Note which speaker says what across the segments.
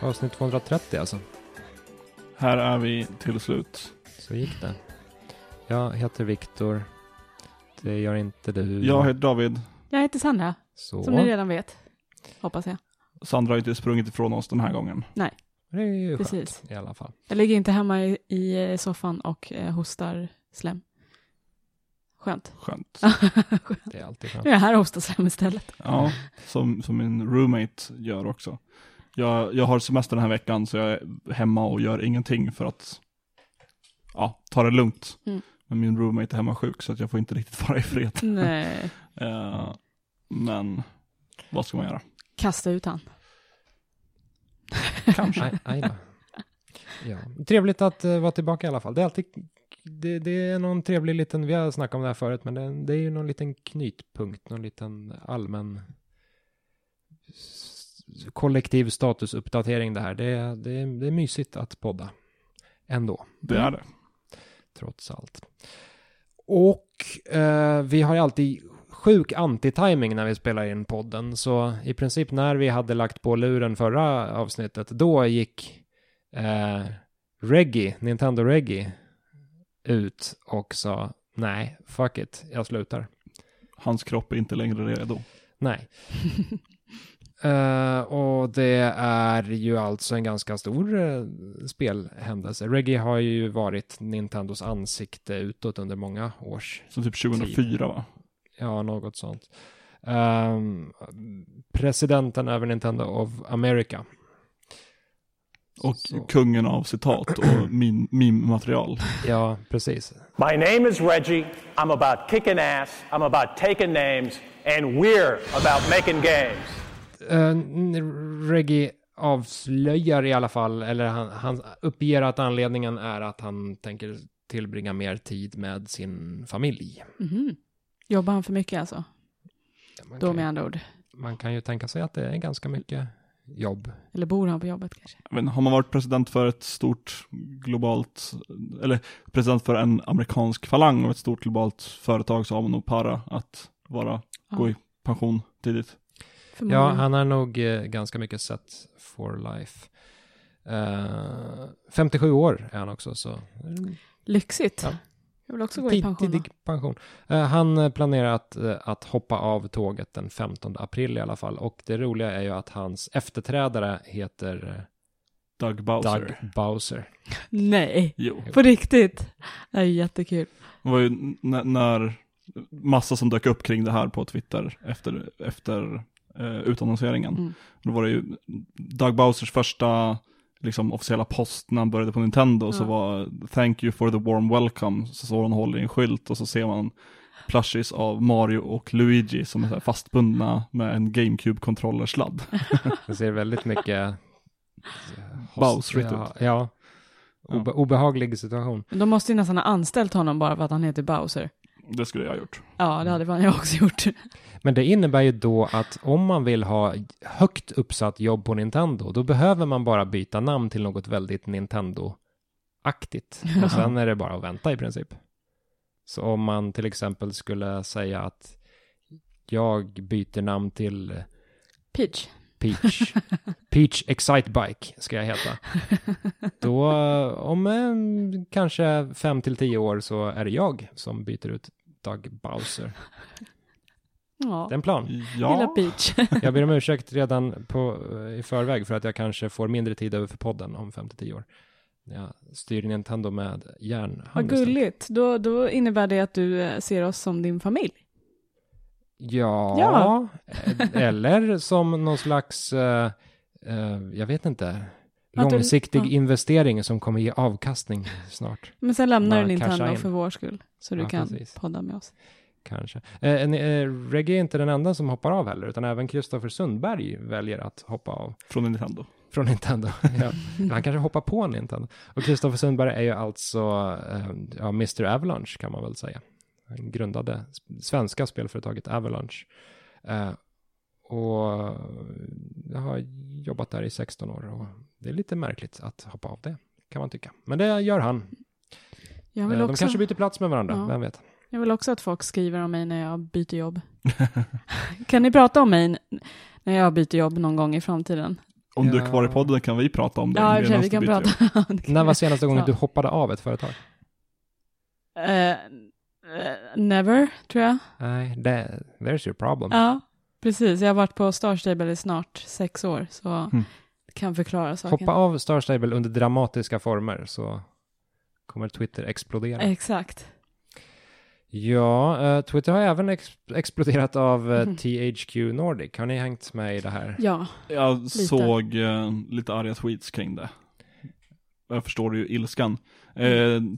Speaker 1: avsnitt 230 alltså.
Speaker 2: Här är vi till slut.
Speaker 1: Så gick det. Jag heter Viktor. Det gör inte du.
Speaker 2: Jag heter David.
Speaker 3: Jag heter Sandra,
Speaker 1: Så.
Speaker 3: som ni redan vet. Hoppas jag.
Speaker 2: Sandra har inte sprungit ifrån oss den här gången.
Speaker 1: Det är ju skönt
Speaker 3: Precis.
Speaker 1: i alla fall.
Speaker 3: Jag ligger inte hemma i, i soffan och eh, hostar slem. Skönt.
Speaker 2: Skönt.
Speaker 3: Skönt.
Speaker 1: Det är alltid skönt.
Speaker 3: Nu är jag här och hostar slem istället.
Speaker 2: Ja, som, som min roommate gör också. Jag, jag har semester den här veckan så jag är hemma och gör ingenting för att ja, ta det lugnt.
Speaker 3: Mm.
Speaker 2: Men min roommate är hemma sjuk så att jag får inte riktigt vara i fred.
Speaker 3: Nej.
Speaker 2: Eh, men vad ska man göra?
Speaker 3: Kasta ut han.
Speaker 2: Kanske.
Speaker 1: Aj, aj då. Ja. Trevligt att eh, vara tillbaka i alla fall. Det är alltid, det, det är någon trevlig liten, vi har snackat om det här förut, men det, det är ju någon liten knytpunkt, någon liten allmän s- kollektiv statusuppdatering det här. Det, är- det, är- det är mysigt att podda ändå
Speaker 2: Det är det.
Speaker 1: trots allt. Och eh, vi har ju alltid sjuk anti-timing när vi spelar in podden, så i princip när vi hade lagt på luren förra avsnittet, då gick eh, Reggie, Nintendo Reggie, ut och sa nej, fuck it, jag slutar.
Speaker 2: Hans kropp är inte längre redo.
Speaker 1: Nej. Eh, och det är ju alltså en ganska stor eh, spelhändelse. Reggie har ju varit Nintendos ansikte utåt under många års
Speaker 2: Som typ 2004 va?
Speaker 1: Ja, något sånt. Ehm, presidenten över Nintendo of America.
Speaker 2: Och
Speaker 1: Så-
Speaker 2: kungen av citat och min, meme-material.
Speaker 1: Ja, precis.
Speaker 4: My name is Reggie. I'm about kicking ass. I'm about taking names. And we're about making games.
Speaker 1: Eh, n- Reggie avslöjar i alla fall, eller han, han uppger att anledningen är att han tänker tillbringa mer tid med sin familj.
Speaker 3: Mhm. Jobbar han för mycket alltså?
Speaker 1: Man
Speaker 3: Då
Speaker 1: kan,
Speaker 3: med
Speaker 1: ju,
Speaker 3: andra ord.
Speaker 1: man kan ju tänka sig att det är ganska mycket jobb.
Speaker 3: Eller bor han på jobbet kanske?
Speaker 2: Jag vet inte, har man varit president för ett stort globalt, eller president för en amerikansk falang av ett stort globalt företag så har man nog para att vara, gå i pension tidigt.
Speaker 3: Förmodligen.
Speaker 1: Ja, han har nog eh, ganska mycket sett for life. Eh, 57 år är han också, så
Speaker 3: Lyxigt.
Speaker 1: Ja.
Speaker 3: Jag vill också gå i pension. då.
Speaker 1: Tidig pension. Eh, han eh, planerar att, eh, att hoppa av tåget den 15 april i alla fall. Och det roliga är ju att hans efterträdare heter
Speaker 2: Doug
Speaker 1: eh,
Speaker 2: Bowser.
Speaker 1: Doug Bowser.
Speaker 3: Nej,
Speaker 2: Jo.
Speaker 3: på riktigt. Det är ju jättekul.
Speaker 2: Det var ju n- när massa som dök upp kring det här på Twitter efter, efter eh, utannonseringen.
Speaker 3: Mm.
Speaker 2: Då var det ju Doug Bowsers första liksom, officiella post när han började på Nintendo så
Speaker 3: Ja.
Speaker 2: var Thank you for the warm welcome, så står han och håller i en skylt och så ser man plushies av Mario och Luigi som är så här fastbundna med en GameCube-kontrollersladd.
Speaker 1: Det ser väldigt mycket... eh,
Speaker 2: Bowserigt
Speaker 1: ja,
Speaker 2: ut.
Speaker 1: ja. Obe, obehaglig situation.
Speaker 3: Men De måste ju nästan ha anställt honom bara för att han heter Bowser.
Speaker 2: Det skulle jag ha gjort.
Speaker 3: Ja, det hade fan jag också gjort.
Speaker 1: Men det innebär ju då att om man vill ha högt uppsatt jobb på Nintendo, då behöver man bara byta namn till något väldigt Nintendo-aktigt. Och sen är det bara att vänta i princip. Så om man till exempel skulle säga att jag byter namn till
Speaker 3: Peach.
Speaker 1: Peach, Peach Excitebike ska jag heta. Då, om en, kanske fem till tio år så är det jag som byter ut Doug Bowser.
Speaker 3: Ja,
Speaker 1: Det är en plan.
Speaker 3: lilla
Speaker 2: Ja,
Speaker 3: Peach.
Speaker 1: Jag ber om ursäkt redan på, eh, i förväg för att jag kanske får mindre tid över för podden om 5-10 år. När Jag styr Nintendo med
Speaker 3: Vad
Speaker 1: järnhand. istället.
Speaker 3: gulligt. Då, då innebär det att du eh, ser oss som din familj.
Speaker 1: Ja,
Speaker 3: Ja.
Speaker 1: eh, eller som någon slags, eh, eh, jag vet inte,
Speaker 3: Att du-
Speaker 1: långsiktig
Speaker 3: ja.
Speaker 1: investering som kommer ge avkastning snart,
Speaker 3: Men sen lämnar
Speaker 1: Bara
Speaker 3: du Nintendo
Speaker 1: casha in.
Speaker 3: för vår skull. Så du
Speaker 1: Ja,
Speaker 3: kan
Speaker 1: precis.
Speaker 3: podda med oss.
Speaker 1: kanske. Eh, en- eh, Reggie är inte den enda som hoppar av heller, utan även Kristoffer Sundberg väljer att hoppa av.
Speaker 2: från Nintendo.
Speaker 1: från Nintendo. ja. Han kanske hoppar på Nintendo. Och Kristoffer Sundberg är ju alltså eh, ja, Mr. Avalanche kan man väl säga. Han grundade s- svenska spelföretaget Avalanche. Eh, och jag har jobbat där i 16 år och det är lite märkligt att hoppa av det kan man tycka. Men det gör han.
Speaker 3: Jag
Speaker 1: Eh,
Speaker 3: vill,
Speaker 1: De
Speaker 3: också,
Speaker 1: kanske byter plats med varandra,
Speaker 3: Ja.
Speaker 1: vem vet.
Speaker 3: jag vill också att folk skriver om mig när jag byter jobb. kan ni prata om mig n- när jag byter jobb någon gång i framtiden?
Speaker 2: Om du
Speaker 1: Ja.
Speaker 2: är kvar i podden kan vi prata om det.
Speaker 3: Ja, i och för
Speaker 2: medan
Speaker 3: sig, vi
Speaker 2: du
Speaker 3: kan
Speaker 2: byter
Speaker 3: prata
Speaker 2: jobb.
Speaker 3: om det.
Speaker 1: När var senaste gången
Speaker 3: Ja.
Speaker 1: du hoppade av ett företag?
Speaker 3: Eh, eh, never, tror jag.
Speaker 1: Nej, det, there's your problem.
Speaker 3: Ja, precis. Jag har varit på Star Stable i snart sex år, så kan förklara saken.
Speaker 1: Hm. Hoppa av Star Stable under dramatiska former så kommer Twitter explodera.
Speaker 3: Exakt.
Speaker 1: Ja, eh, Twitter har även ex- exploderat av eh, THQ Nordic. Har ni hängt med i det här?
Speaker 3: Ja,
Speaker 2: Jag såg eh, lite arga tweets kring det. Jag förstår ju ilskan. Eh,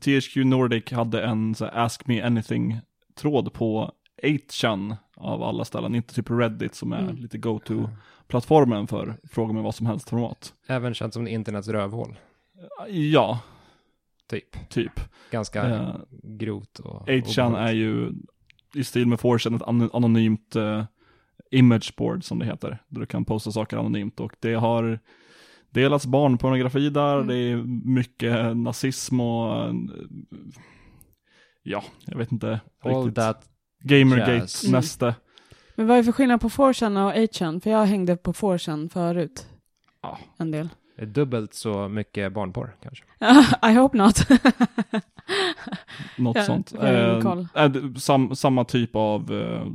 Speaker 2: THQ Nordic hade en så här, Ask Me Anything-tråd på 8chan av alla ställen, inte typ Reddit som är lite go-to-plattformen för fråga mig vad som helst-format.
Speaker 1: Även känt som internets rövhål,
Speaker 2: Ja,
Speaker 1: typ.
Speaker 2: typ.
Speaker 1: Ganska
Speaker 2: Eh,
Speaker 1: grovt och...
Speaker 2: 8chan är ju i stil med 4chan ett an- anonymt eh, imageboard som det heter, där du kan posta saker anonymt och det har delats barnpornografi där,
Speaker 3: Mm.
Speaker 2: det är mycket nazism och eh, ja, jag vet inte
Speaker 1: All
Speaker 2: riktigt.
Speaker 1: that... jazz.
Speaker 2: Gamergate
Speaker 1: Mm.
Speaker 2: nästa.
Speaker 3: men vad är för skillnad på 4chan och 8chan? För jag hängde på 4chan förut.
Speaker 2: Ja.
Speaker 3: En del.
Speaker 1: är Dubbelt så mycket barnporr, kanske.
Speaker 3: I hope not.
Speaker 2: Något
Speaker 3: Ja,
Speaker 2: sånt.
Speaker 3: jag har ingen
Speaker 2: Eh,
Speaker 3: koll.
Speaker 2: eh, d- sam, samma typ av, eh,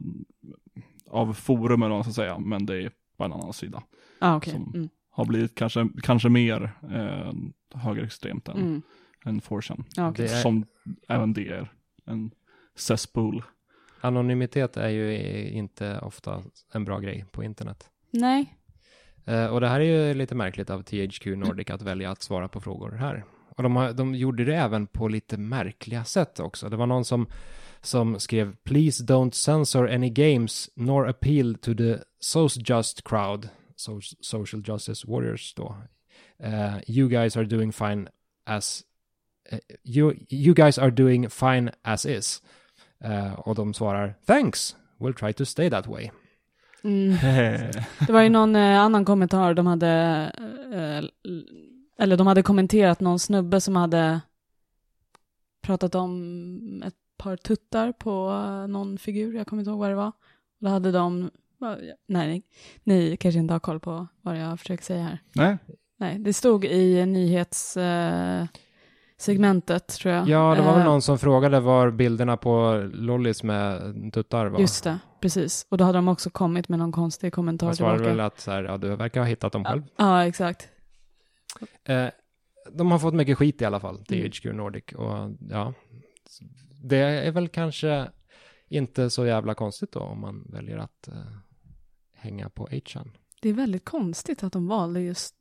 Speaker 2: av forum eller vad man ska säga, men det är på en annan sida.
Speaker 3: ah, okej.
Speaker 2: Som-
Speaker 3: Mm.
Speaker 2: Har blivit kanske, kanske mer eh, högerextremt än,
Speaker 3: Mm.
Speaker 2: än 4chan.
Speaker 3: Ja, okej.
Speaker 1: Det är-
Speaker 2: Som även det är en cesspool.
Speaker 1: Anonymitet är ju i- inte ofta en bra grej på internet.
Speaker 3: Nej.
Speaker 1: Eh, och det här är ju lite märkligt av THQ Nordic att välja att svara på frågor här. Och de, har, de gjorde det även på lite märkliga sätt också. Det var någon som, som skrev “Please don't censor any games nor appeal to the socialist crowd”, so, social justice warriors då. Eh, “You guys are doing fine as... eh, you, you guys are doing fine as is”. Eh, och de svarar “Thanks, we'll try to stay that way”.
Speaker 3: Mm.
Speaker 2: Hehe.
Speaker 3: Det var ju någon eh, annan kommentar de hade, eh, l- eller de hade kommenterat någon snubbe som hade pratat om ett par tuttar på eh, någon figur, jag kommer inte ihåg vad det var. Och Då hade de, va- nej, ni, ni kanske inte har koll på vad jag försöker säga här.
Speaker 2: Nej,
Speaker 3: Nej, det stod i nyhetssegmentet eh, segmentet, tror jag.
Speaker 1: Ja, det var väl
Speaker 3: Eh,
Speaker 1: någon som frågade var bilderna på Lollis med tuttar var.
Speaker 3: Just det, precis. Och då hade de också kommit med någon konstig kommentar
Speaker 1: Han svarade
Speaker 3: tillbaka.
Speaker 1: Alltså, väl att så här, ja, du verkar ha hittat dem själv.
Speaker 3: Ja, exakt.
Speaker 1: Eh, de har fått mycket skit i alla fall,
Speaker 3: Mm.
Speaker 1: THQ Nordic. Och ja, det är väl kanske inte så jävla konstigt då om man väljer att eh, hänga på Achan.
Speaker 3: Det är väldigt konstigt att de valde just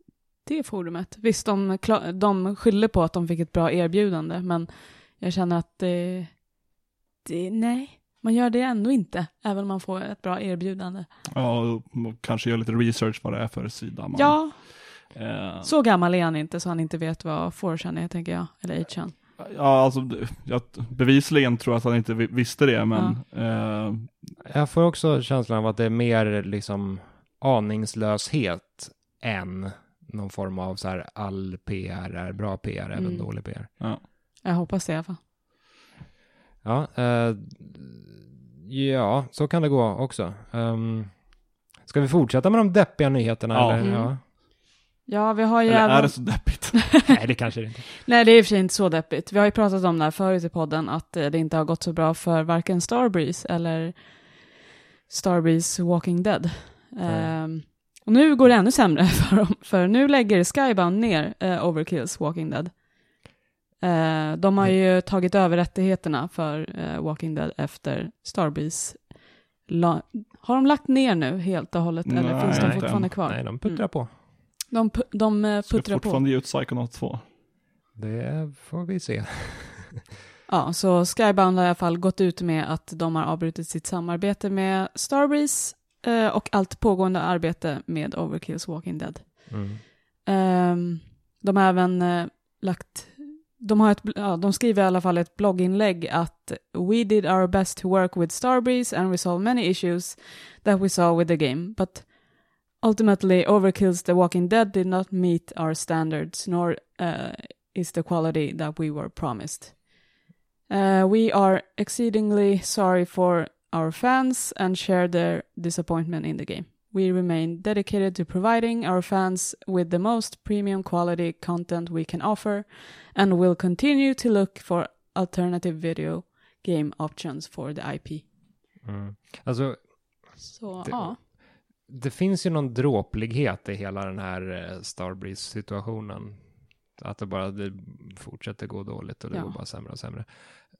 Speaker 3: det forumet. Visst, de, kla- de skyller på att de fick ett bra erbjudande, men jag känner att det, det... Nej, man gör det ändå inte, även om man får ett bra erbjudande.
Speaker 2: ja, och kanske gör lite research vad det är för sida. Man,
Speaker 3: Ja,
Speaker 2: eh,
Speaker 3: så gammal är han inte så han inte vet vad forechan är, tänker jag. Eller 8chan.
Speaker 2: ja, alltså, det- jag bevisligen tror jag att han inte vi- visste det, men eh,
Speaker 1: Jag får också känslan av att det är mer liksom aningslöshet än någon form av så här all PR är bra PR, även
Speaker 3: Mm.
Speaker 1: dålig PR.
Speaker 3: Jag hoppas det i alla fall.
Speaker 1: Ja, eh, ja, så kan det gå också. Ehm, ska vi fortsätta med de deppiga nyheterna?
Speaker 2: Ja.
Speaker 1: Eller?
Speaker 3: Mm.
Speaker 1: Ja.
Speaker 3: Ja, vi har ju
Speaker 2: eller är
Speaker 3: även...
Speaker 2: det så deppigt?
Speaker 1: Nej, det kanske det inte
Speaker 3: Nej, det är i och för sig inte så deppigt. Vi har ju pratat om det här förut i podden, att eh, det inte har gått så bra för varken Starbreeze eller Starbreeze Walking Dead. Ehm, och nu går det ännu sämre för dem, för nu lägger Skybound ner eh, Overkills Walking Dead. Eh, de har ju tagit över rättigheterna för eh, Walking Dead efter Starbreeze. La- har de lagt ner nu helt och hållet, eller
Speaker 2: Nej,
Speaker 3: finns de
Speaker 1: inte
Speaker 3: fortfarande
Speaker 2: än.
Speaker 3: kvar?
Speaker 1: Nej, de puttrar
Speaker 3: Mm.
Speaker 1: på.
Speaker 3: De, pu- de eh,
Speaker 2: Ska
Speaker 3: puttrar på.
Speaker 2: fortfarande ge ut Psychonaut 2.
Speaker 1: Det får vi se.
Speaker 3: Ja, så Skybound har i alla fall gått ut med att de har avbrutit sitt samarbete med Starbreeze eh, och allt pågående arbete med Overkills Walking Dead.
Speaker 1: Mm,
Speaker 3: Ehm, de har även eh, lagt, de, har ett, bl- ja, de skriver i alla fall ett blogginlägg att We did our best to work with Starbreeze and resolve many issues that we saw with the game, but ultimately Overkills The Walking Dead did not meet our standards nor eh, is the quality that we were promised. Uh, we are exceedingly sorry for our fans and share their disappointment in the game. we remain dedicated to providing our fans with the most premium quality content we can offer and will continue to look for alternative video game options for the IP.
Speaker 1: Mm. Alltså,
Speaker 3: Så
Speaker 1: Det-
Speaker 3: ja,
Speaker 1: det finns ju någon dråplighet i hela den här eh, Starbreeze-situationen. Att det bara det fortsätter gå dåligt och det
Speaker 3: Ja.
Speaker 1: går bara sämre och sämre.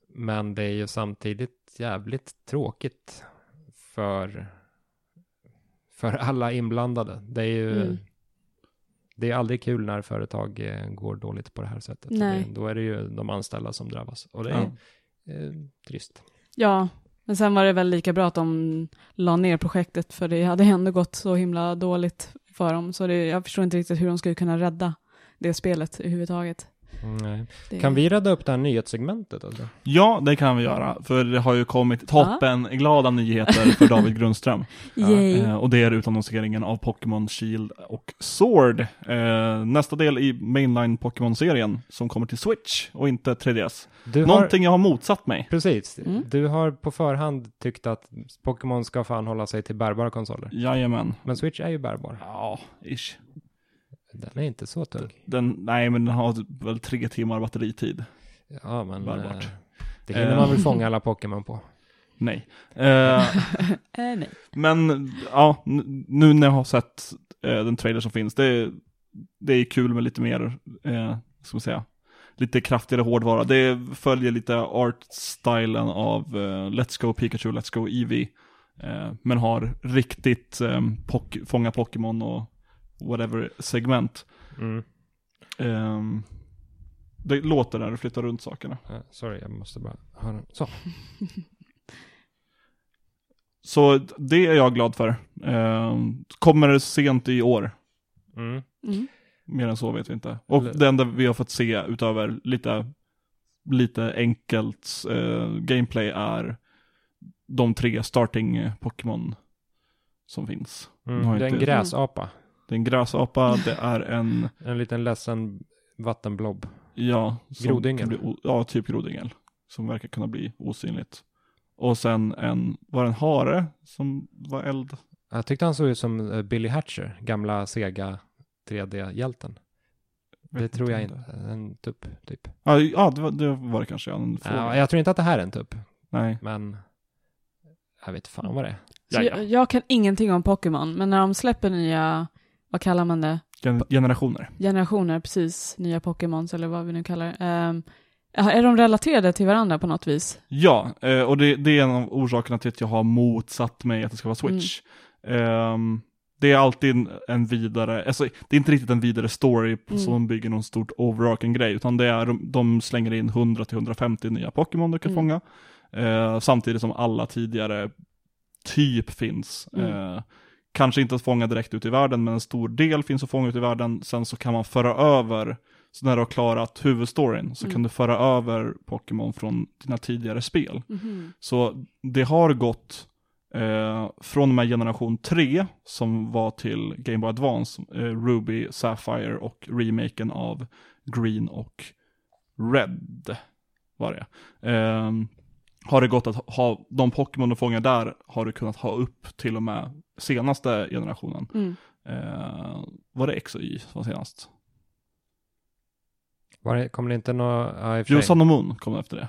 Speaker 1: Men det är ju samtidigt jävligt tråkigt för, för alla inblandade. Det är ju
Speaker 3: Mm.
Speaker 1: det är aldrig kul när företag eh, går dåligt på det här sättet. Och
Speaker 3: Nej.
Speaker 1: Det, då är det ju de anställda som drabbas. Och det är eh, trist.
Speaker 3: ja, men sen var det väl lika bra att de la ner projektet för det hade ändå gått så himla dåligt för dem. Så det, jag förstår inte riktigt hur de skulle kunna rädda det spelet överhuvudtaget.
Speaker 1: Nej.
Speaker 3: Det,
Speaker 1: Kan vi rädda upp det här nyhetssegmentet? Alltså?
Speaker 2: Ja, det kan vi göra. För det har ju kommit toppen glada nyheter för David Grundström.
Speaker 3: Yay.
Speaker 2: Eh, och det är utannonseringen av Pokémon Shield och Sword. Eh, nästa del i mainline Pokémon-serien som kommer till Switch och inte 3DS.
Speaker 1: Du har-
Speaker 2: Någonting jag har motsatt mig.
Speaker 1: Precis.
Speaker 3: Mm.
Speaker 1: Du har på förhand tyckt att Pokémon ska fan hålla sig till bärbara konsoler.
Speaker 2: Jajamän.
Speaker 1: Men Switch är ju bärbar.
Speaker 2: Ja, ish.
Speaker 1: Den är inte så tung.
Speaker 2: Den, nej, men den har väl tre timmar batteritid.
Speaker 1: Ja, men...
Speaker 2: Bärbart.
Speaker 1: eh, Det hinner man väl fånga alla Pokémon på.
Speaker 2: Nej. Eh,
Speaker 3: Eh, nej.
Speaker 2: Men ja, n- nu när jag har sett eh, den trailer som finns, det, det är kul med lite mer, eh, ska man säga, lite kraftigare hårdvara. Det följer lite art-stylen av eh, Let's Go Pikachu, Let's Go Eevee, eh, men har riktigt eh, pok- fånga Pokémon och whatever-segment.
Speaker 1: Mm.
Speaker 2: Ehm, det låter när du flyttar runt sakerna.
Speaker 1: Eh, Sorry, jag måste bara höra. Så.
Speaker 2: Så det är jag glad för. Ehm, kommer det sent i år.
Speaker 1: Mm.
Speaker 3: Mm.
Speaker 2: Mer än så vet vi inte. Och
Speaker 1: Eller-
Speaker 2: det enda vi har fått se utöver lite, lite enkelt eh, gameplay är de tre starting eh, Pokémon som finns. Nu har
Speaker 1: Mm.
Speaker 2: jag
Speaker 1: Det är en
Speaker 2: inte-
Speaker 1: gräsapa.
Speaker 2: Det är en gräsapa, det är en,
Speaker 1: En liten ledsen vattenblob.
Speaker 2: ja, som
Speaker 1: Grodyngel.
Speaker 2: kan bli o- ja, typ grodyngel. Som verkar kunna bli osynligt. Och sen en, var det en hare som var eld?
Speaker 1: Jag tyckte han såg ut som eh, Billy Hatcher, gamla sega 3D-hjälten. Det
Speaker 2: Vet
Speaker 1: tror jag
Speaker 2: om det-
Speaker 1: inte. En tupp, typ.
Speaker 2: Ja, ja det, var, det var det kanske, ja, en
Speaker 1: Ja,
Speaker 2: fågel.
Speaker 1: jag tror inte att det här är en tupp,
Speaker 2: Nej.
Speaker 1: men... Jag vet fan vad det är.
Speaker 3: Så jag, jag kan ingenting om Pokémon, men när de släpper nya, vad kallar man det,
Speaker 2: Gen- Generationer.
Speaker 3: generationer, precis, nya Pokémons eller vad vi nu kallar det. ehm, är de relaterade till varandra på något vis?
Speaker 2: Ja, eh, och det, det är en av orsakerna till att jag har motsatt mig att det ska vara
Speaker 3: Mm.
Speaker 2: Switch. Ehm, det är alltid en, en vidare, alltså det är inte riktigt en vidare story på-
Speaker 3: Mm.
Speaker 2: som bygger någon stort overarching grej, utan det är, de, de slänger in 100-150 nya Pokémon du kan
Speaker 3: Mm.
Speaker 2: fånga, eh, samtidigt som alla tidigare typ finns.
Speaker 3: Mm.
Speaker 2: Eh, kanske inte att fånga direkt ut i världen, men en stor del finns att fånga ut i världen, sen så kan man föra över så när du har klarat huvudstoryn så
Speaker 3: Mm.
Speaker 2: kan du föra över Pokémon från dina tidigare spel.
Speaker 1: Mhm.
Speaker 2: Så det har gått eh, från och med generation 3 som var till Game Boy Advance, eh, Ruby, Sapphire och remaken av Green och Red var det. Eh, har det gått att ha de Pokémon du fångar där har du kunnat ha upp till och med senaste generationen.
Speaker 3: Mm.
Speaker 2: Eh, var det X och Y som var senast?
Speaker 1: Var det, kom det inte något... Ja, i och för
Speaker 2: Jo,
Speaker 1: sig.
Speaker 2: Sun och Moon kom efter det.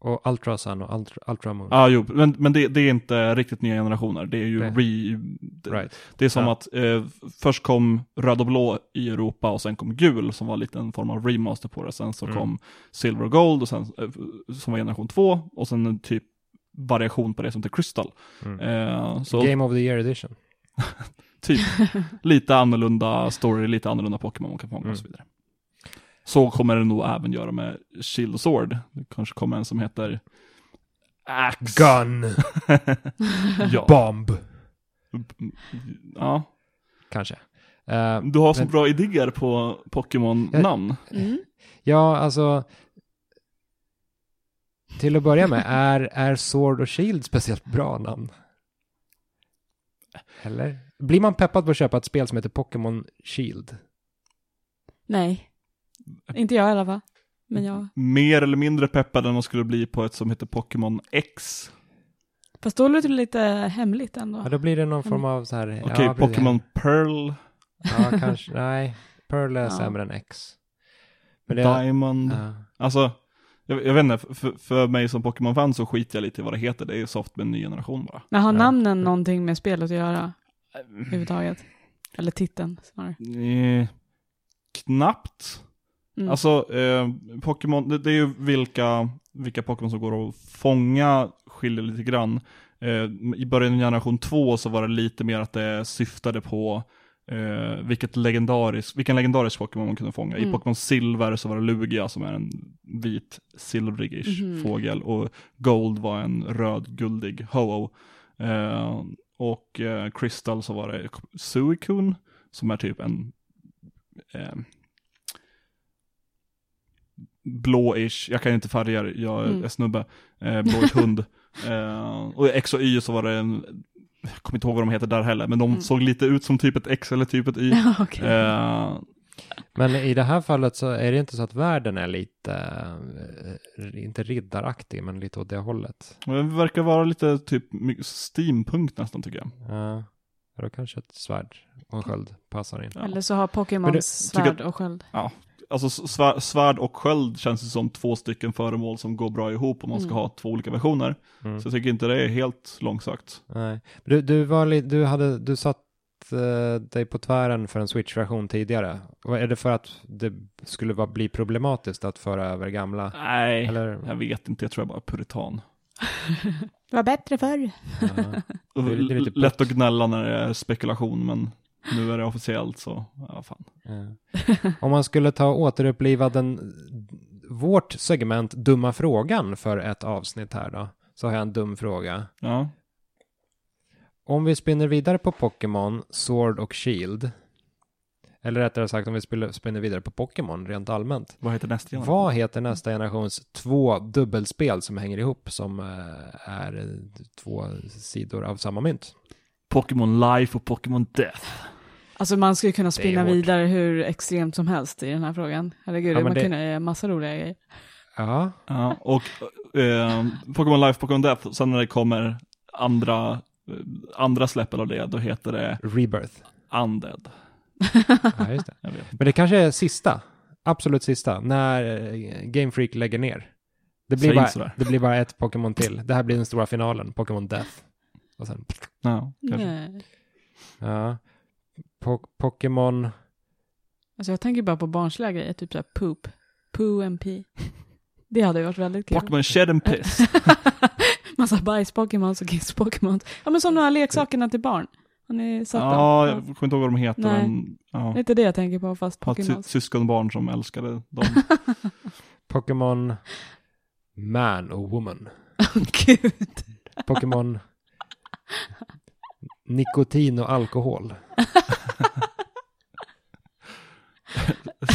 Speaker 1: Och Ultra Sun och Ultra, Ultra Moon.
Speaker 2: Ja, ah, jo, men, men det, det är inte riktigt nya generationer. Det är ju
Speaker 1: Det-
Speaker 2: re... Det,
Speaker 1: Right.
Speaker 2: det är som
Speaker 1: Ja.
Speaker 2: att eh, först kom röd och blå i Europa och sen kom gul som var lite en form av remaster på det. Sen så
Speaker 1: Mm.
Speaker 2: kom silver och gold och sen, eh, som var generation två och sen en typ variation på det som heter crystal.
Speaker 1: Mm.
Speaker 2: Eh, så
Speaker 1: Game of the Year Edition.
Speaker 2: typ lite annorlunda story, lite annorlunda Pokémon man kan fånga
Speaker 1: Mm.
Speaker 2: och så vidare. Så kommer det nog även göra med Shield och Sword. Det kanske kommer en som heter Axe.
Speaker 1: Gun!
Speaker 2: Ja.
Speaker 1: Bomb!
Speaker 2: ja.
Speaker 1: Kanske. Eh,
Speaker 2: Du har så
Speaker 1: Men-
Speaker 2: bra idéer på Pokémon-namn.
Speaker 1: Eh.
Speaker 3: Mm.
Speaker 1: ja, alltså... Till att börja med, är, är Sword och Shield speciellt bra namn? Eller? Blir man peppad på att köpa ett spel som heter Pokémon Shield?
Speaker 3: Nej, inte jag i alla fall. Men jag,
Speaker 1: Mm.
Speaker 2: Mer eller mindre peppad än man skulle bli på ett som heter Pokémon X.
Speaker 3: Fast då låter det lite hemligt ändå.
Speaker 1: Ja, då blir det någon form av så här...
Speaker 2: Okej,
Speaker 1: ja, precis.
Speaker 2: Pokémon Pearl,
Speaker 1: Ja, kanske. Nej, Pearl är
Speaker 3: Ja.
Speaker 1: sämre än X. Men det...
Speaker 2: Diamond.
Speaker 1: Ja.
Speaker 2: Alltså, jag, jag vet inte, för, för mig som Pokémon-fan så skiter jag lite i vad det heter. Det är ju soft med en ny generation bara.
Speaker 3: Men har
Speaker 1: Ja. Mm.
Speaker 3: namnen någonting med spelet att göra? Överhuvudtaget? Eller titeln snarare.
Speaker 2: Eh, knappt.
Speaker 3: Mm.
Speaker 2: Alltså, eh, Pokémon, det, det är ju vilka, vilka Pokémon som går att fånga skiljer lite grann. Eh, I början av generation 2 så var det lite mer att det syftade på eh, vilket legendarisk, vilken legendarisk Pokémon man kunde fånga. I
Speaker 3: Mm.
Speaker 2: Pokémon Silver så var det Lugia som är en vit silvrig-ish
Speaker 3: Mhm.
Speaker 2: fågel och Gold var en röd-guldig Ho-Oh. Eh, och eh, Crystal så var det Suicune som är typ en eh, blå-ish, jag kan inte färger, jag
Speaker 3: Mm.
Speaker 2: är snubbe, eh, blå-ish hund. Eh, och i X och Y så var det en, jag kommer inte ihåg vad de heter där heller, men de
Speaker 3: Mm.
Speaker 2: såg lite ut som typ ett X eller typ ett
Speaker 1: Mm.
Speaker 2: Y.
Speaker 3: Ja, okej.
Speaker 2: Eh,
Speaker 1: Men i det här fallet så är det inte så att världen är lite, eh, inte riddaraktig, men lite åt det hållet.
Speaker 2: och det verkar vara lite typ my- steampunk nästan tycker jag.
Speaker 1: Ja, då kanske ett svärd och en sköld passar in.
Speaker 2: Ja.
Speaker 3: Eller så har
Speaker 1: Men
Speaker 3: Pokémons
Speaker 1: det-
Speaker 2: tycker
Speaker 3: svärd och sköld.
Speaker 2: Alltså s- svär- svärd och sköld känns ju som två stycken föremål som går bra ihop om man ska
Speaker 3: Mm.
Speaker 2: ha två olika versioner.
Speaker 1: Mm.
Speaker 2: Så jag tycker inte det är helt långsökt.
Speaker 1: Nej. Du, du, var li, du, hade, du satt eh, dig på tvären för en Switch-version tidigare. Och är det för att det skulle vara, bli problematiskt att föra över gamla?
Speaker 2: Nej,
Speaker 1: Eller?
Speaker 2: jag vet inte, jag tror jag bara är puritan.
Speaker 3: Det var bättre förr.
Speaker 1: Ja. är lite- det är lite
Speaker 2: Lätt att gnälla när det är spekulation, men nu är det officiellt så, ja fan.
Speaker 1: Ja. Eh. Om man skulle ta och återuppliva den, vårt segment Dumma frågan för ett avsnitt här då, så har jag en dum fråga.
Speaker 2: Ja,
Speaker 1: Om vi spinner vidare på Pokémon, Sword och Shield, eller rättare sagt om vi spiller- spinner vidare på Pokémon rent allmänt,
Speaker 2: vad heter nästa generation?
Speaker 1: vad heter nästa generations två dubbelspel som hänger ihop som eh, är eh, två sidor av samma mynt?
Speaker 2: Pokémon Life och Pokémon Death.
Speaker 3: Alltså man skulle kunna
Speaker 1: är
Speaker 3: spinna
Speaker 1: hårt.
Speaker 3: vidare hur extremt som helst i den här frågan. Herregud,
Speaker 1: Ja, men
Speaker 3: man
Speaker 1: det-
Speaker 3: kunde göra massa roliga grejer.
Speaker 1: Ja,
Speaker 2: Ja, och eh, Pokémon Life, Pokémon Death, sen när det kommer andra, eh, andra släppet av det, då heter det
Speaker 1: Rebirth.
Speaker 2: Undead.
Speaker 1: Ja, just det.
Speaker 2: Jag vet.
Speaker 1: Men det kanske är sista, absolut sista, när eh, Game Freak lägger ner. Det
Speaker 2: Säg
Speaker 1: blir,
Speaker 2: inte
Speaker 1: bara,
Speaker 2: sådär.
Speaker 1: det blir bara ett Pokémon till. Det här blir den stora finalen, Pokémon Death. Och sen,
Speaker 2: Ja, kanske.
Speaker 3: Nej.
Speaker 1: ja. Po- Pokémon...
Speaker 3: Alltså jag tänker bara på barnsliga grejer, typ såhär poop. Poo and pee. Det hade ju varit väldigt kul.
Speaker 2: Pokémon Shed and Piss.
Speaker 3: Massa bajs-Pokémons och kiss-Pokémons. Ja men som de här leksakerna till barn. Har ni sett
Speaker 2: ja, jag
Speaker 3: dem?
Speaker 2: kommer inte ihåg vad de heter,
Speaker 3: Nej.
Speaker 2: men ja.
Speaker 3: Det är inte det jag tänker på, fast
Speaker 2: Jag har ett
Speaker 3: Pokémons.
Speaker 2: sy- syskonbarn som älskade dem.
Speaker 1: Pokémon... Man och Woman.
Speaker 3: Åh
Speaker 2: typ-
Speaker 3: gud.
Speaker 1: Pokémon... Nikotin och alkohol.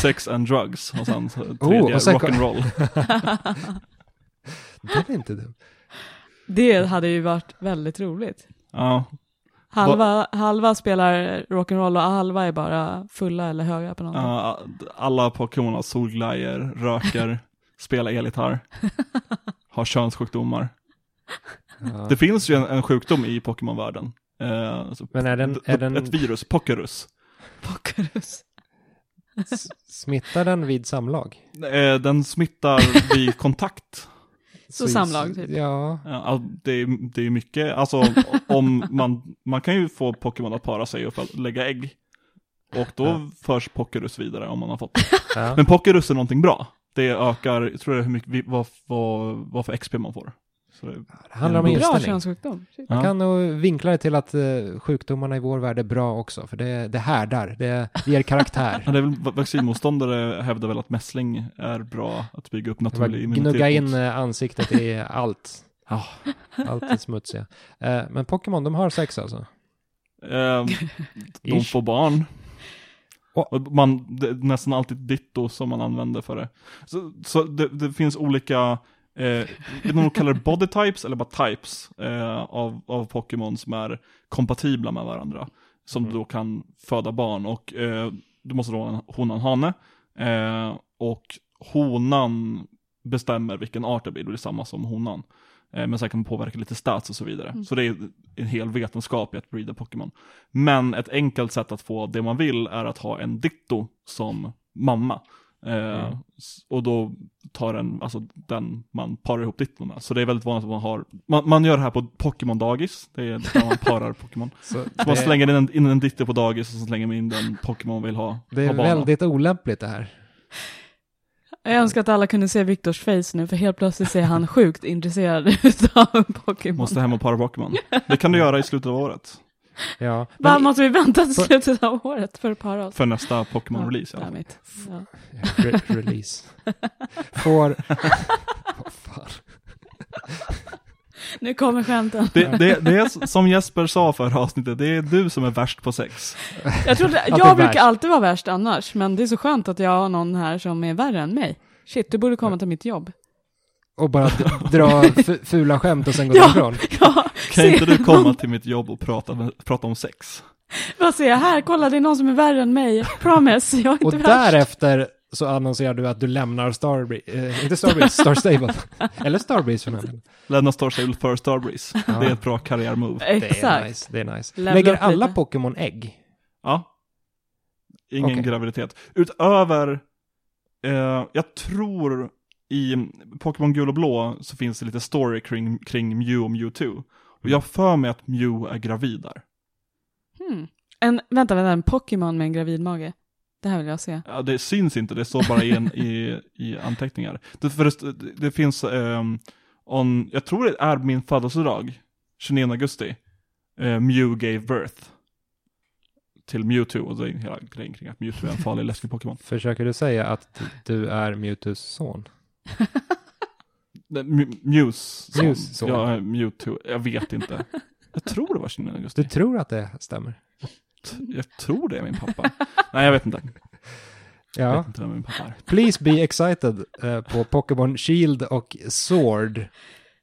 Speaker 2: Sex and drugs, och sen så tredje,
Speaker 1: och sen kom-
Speaker 2: rock'n'roll.
Speaker 1: Det är inte dumt.
Speaker 3: Det hade ju varit väldigt roligt.
Speaker 2: Ja,
Speaker 3: Halva, halva spelar rock'n'roll och halva är bara fulla eller höga på något.
Speaker 2: Ja, alla Pokémon har solglajjor, röker, spelar elgitarr, har könssjukdomar.
Speaker 1: Ja.
Speaker 2: Det finns ju en, en sjukdom i Pokémon-världen. Eh, alltså,
Speaker 1: Men är den, är den
Speaker 2: Ett virus, Pokerus.
Speaker 3: Pokerus.
Speaker 1: s- smittar den vid samlag?
Speaker 2: Eh, den smittar vid kontakt.
Speaker 3: Så samlag, typ.
Speaker 1: Ja,
Speaker 2: Ja, all- det, är, det är mycket, alltså om man, man kan ju få Pokémon att para sig och lägga ägg. Och då
Speaker 1: Ja.
Speaker 2: förs Pokerus vidare om man har fått
Speaker 1: ja.
Speaker 2: Men Pokerus är någonting bra. Det ökar, jag tror det är hur mycket, vi- vad, vad, vad för XP man får. Så det,
Speaker 1: Det handlar om
Speaker 2: Bra
Speaker 3: Bra
Speaker 1: inställning.
Speaker 3: könssjukdom. Shit.
Speaker 1: Jag
Speaker 2: Ja.
Speaker 1: kan nog vinkla det till att eh, sjukdomarna i vår värld är bra också, för det, det härdar, det ger
Speaker 2: ja,
Speaker 1: karaktär.
Speaker 2: det är väl, va- vaccinmotståndare hävdar väl att mässling är bra att bygga upp
Speaker 1: Det var
Speaker 2: naturlig immunitet.
Speaker 1: Gnugga in
Speaker 2: mot.
Speaker 1: eh, ansiktet i allt,
Speaker 2: Ja.
Speaker 1: allt det smutsiga. Eh, men Pokémon, de har sex alltså?
Speaker 2: Eh, de
Speaker 1: Ish.
Speaker 2: får barn.
Speaker 1: Och-
Speaker 2: Och man, det är nästan alltid ditto som man använder för det. Så, så det, det finns olika, eh, jag vet inte om de kallar det body types eller bara types eh, av, av Pokémon som är kompatibla med varandra. Som
Speaker 1: Mm.
Speaker 2: då kan föda barn och eh, du måste då ha en hona och en hane. Eh, och honan bestämmer vilken art det blir, då är det samma som honan. Eh, Men sen kan man påverka lite stats och så vidare. Så det är en hel vetenskap i att breeda Pokémon. Men ett enkelt sätt att få det man vill är att ha en Ditto som mamma. Eh,
Speaker 1: Mm.
Speaker 2: s- Och då tar den, alltså den man parar ihop Ditton med. Så det är väldigt vanligt att man har, man, man gör det här på Pokémon-dagis. Det är där man parar Pokémon.
Speaker 1: Så
Speaker 2: Man
Speaker 1: det,
Speaker 2: slänger in en, in en Ditto på dagis och så slänger man in den Pokémon vill ha.
Speaker 1: det är
Speaker 2: ha banan.
Speaker 1: väldigt olämpligt det här.
Speaker 3: Jag önskar att alla kunde se Viktors face nu, för helt plötsligt ser han sjukt intresserad ut av Pokémon.
Speaker 2: Måste hem och para Pokémon. Det kan du göra i slutet av året.
Speaker 1: Ja,
Speaker 3: Va,
Speaker 1: men-
Speaker 3: måste vi vänta till
Speaker 1: För-
Speaker 3: slutet av året för att para oss?
Speaker 2: För nästa Pokémon-release. i alla fall.
Speaker 3: Damn it. Ja.
Speaker 1: Re- release. Får... Vad fan.
Speaker 3: Nu kommer skämten.
Speaker 2: Det, det, det är s- som Jesper sa förra avsnittet, det är du som är värst på sex.
Speaker 3: Jag, trodde,
Speaker 1: det är
Speaker 3: jag brukar
Speaker 1: värst.
Speaker 3: alltid vara värst annars, men det är så skönt att jag har någon här som är värre än mig. Shit, du borde komma till mitt jobb.
Speaker 1: Och bara d- dra fu- fula skämt och sen gå
Speaker 3: Ja.
Speaker 1: därifrån.
Speaker 3: Ja,
Speaker 2: Kan
Speaker 3: se,
Speaker 2: inte du komma till mitt jobb och prata, med, prata om sex?
Speaker 3: Vad ser jag här? Kolla, det är någon som är värre än mig. Promise, jag är inte
Speaker 1: Och
Speaker 3: värst.
Speaker 1: därefter så annonserar du att du lämnar Starbreeze, eh, inte Starbreeze, Star Stable. Eller Starbreeze för den delen.
Speaker 2: Lämna Star Stable för Starbreeze.
Speaker 1: Ja.
Speaker 2: Det är ett bra karriärmove.
Speaker 1: Det är
Speaker 3: Exakt.
Speaker 1: nice, det är nice.
Speaker 3: Levla
Speaker 1: Lägger
Speaker 3: upp
Speaker 1: alla
Speaker 3: lite.
Speaker 1: Pokémon ägg?
Speaker 2: Ja. Ingen
Speaker 1: Okej.
Speaker 2: graviditet. Utöver, eh, jag tror i Pokémon Gul och Blå så finns det lite story kring, kring Mew och Mewtwo. Och jag har för mig att Mew är gravid där.
Speaker 3: Hmm. En, vänta, vänta, en Pokémon med en gravid mage. Det här vill jag se.
Speaker 2: Ja, det syns inte, det står bara i, en, i, i anteckningar. Det, för det, det finns, ehm, on, jag tror det är min födelsedag, 29 augusti, eh, Mew gave birth. Till Mewtwo, och det är hela grejen kring att Mewtwo är en farlig läskig Pokémon.
Speaker 1: Försöker du säga att du är Mewtwoos son?
Speaker 2: Nej, Mew- Mews son.
Speaker 1: Mews son.
Speaker 2: Ja, eh, Mewtwo, jag vet inte. Jag tror det var 29
Speaker 1: Du
Speaker 2: augusti.
Speaker 1: tror att det stämmer?
Speaker 2: T- Jag tror det är min pappa. Nej, jag vet inte. Jag
Speaker 1: Ja.
Speaker 2: vet inte vem min pappa är.
Speaker 1: Please be excited eh, på Pokémon Shield och Sword.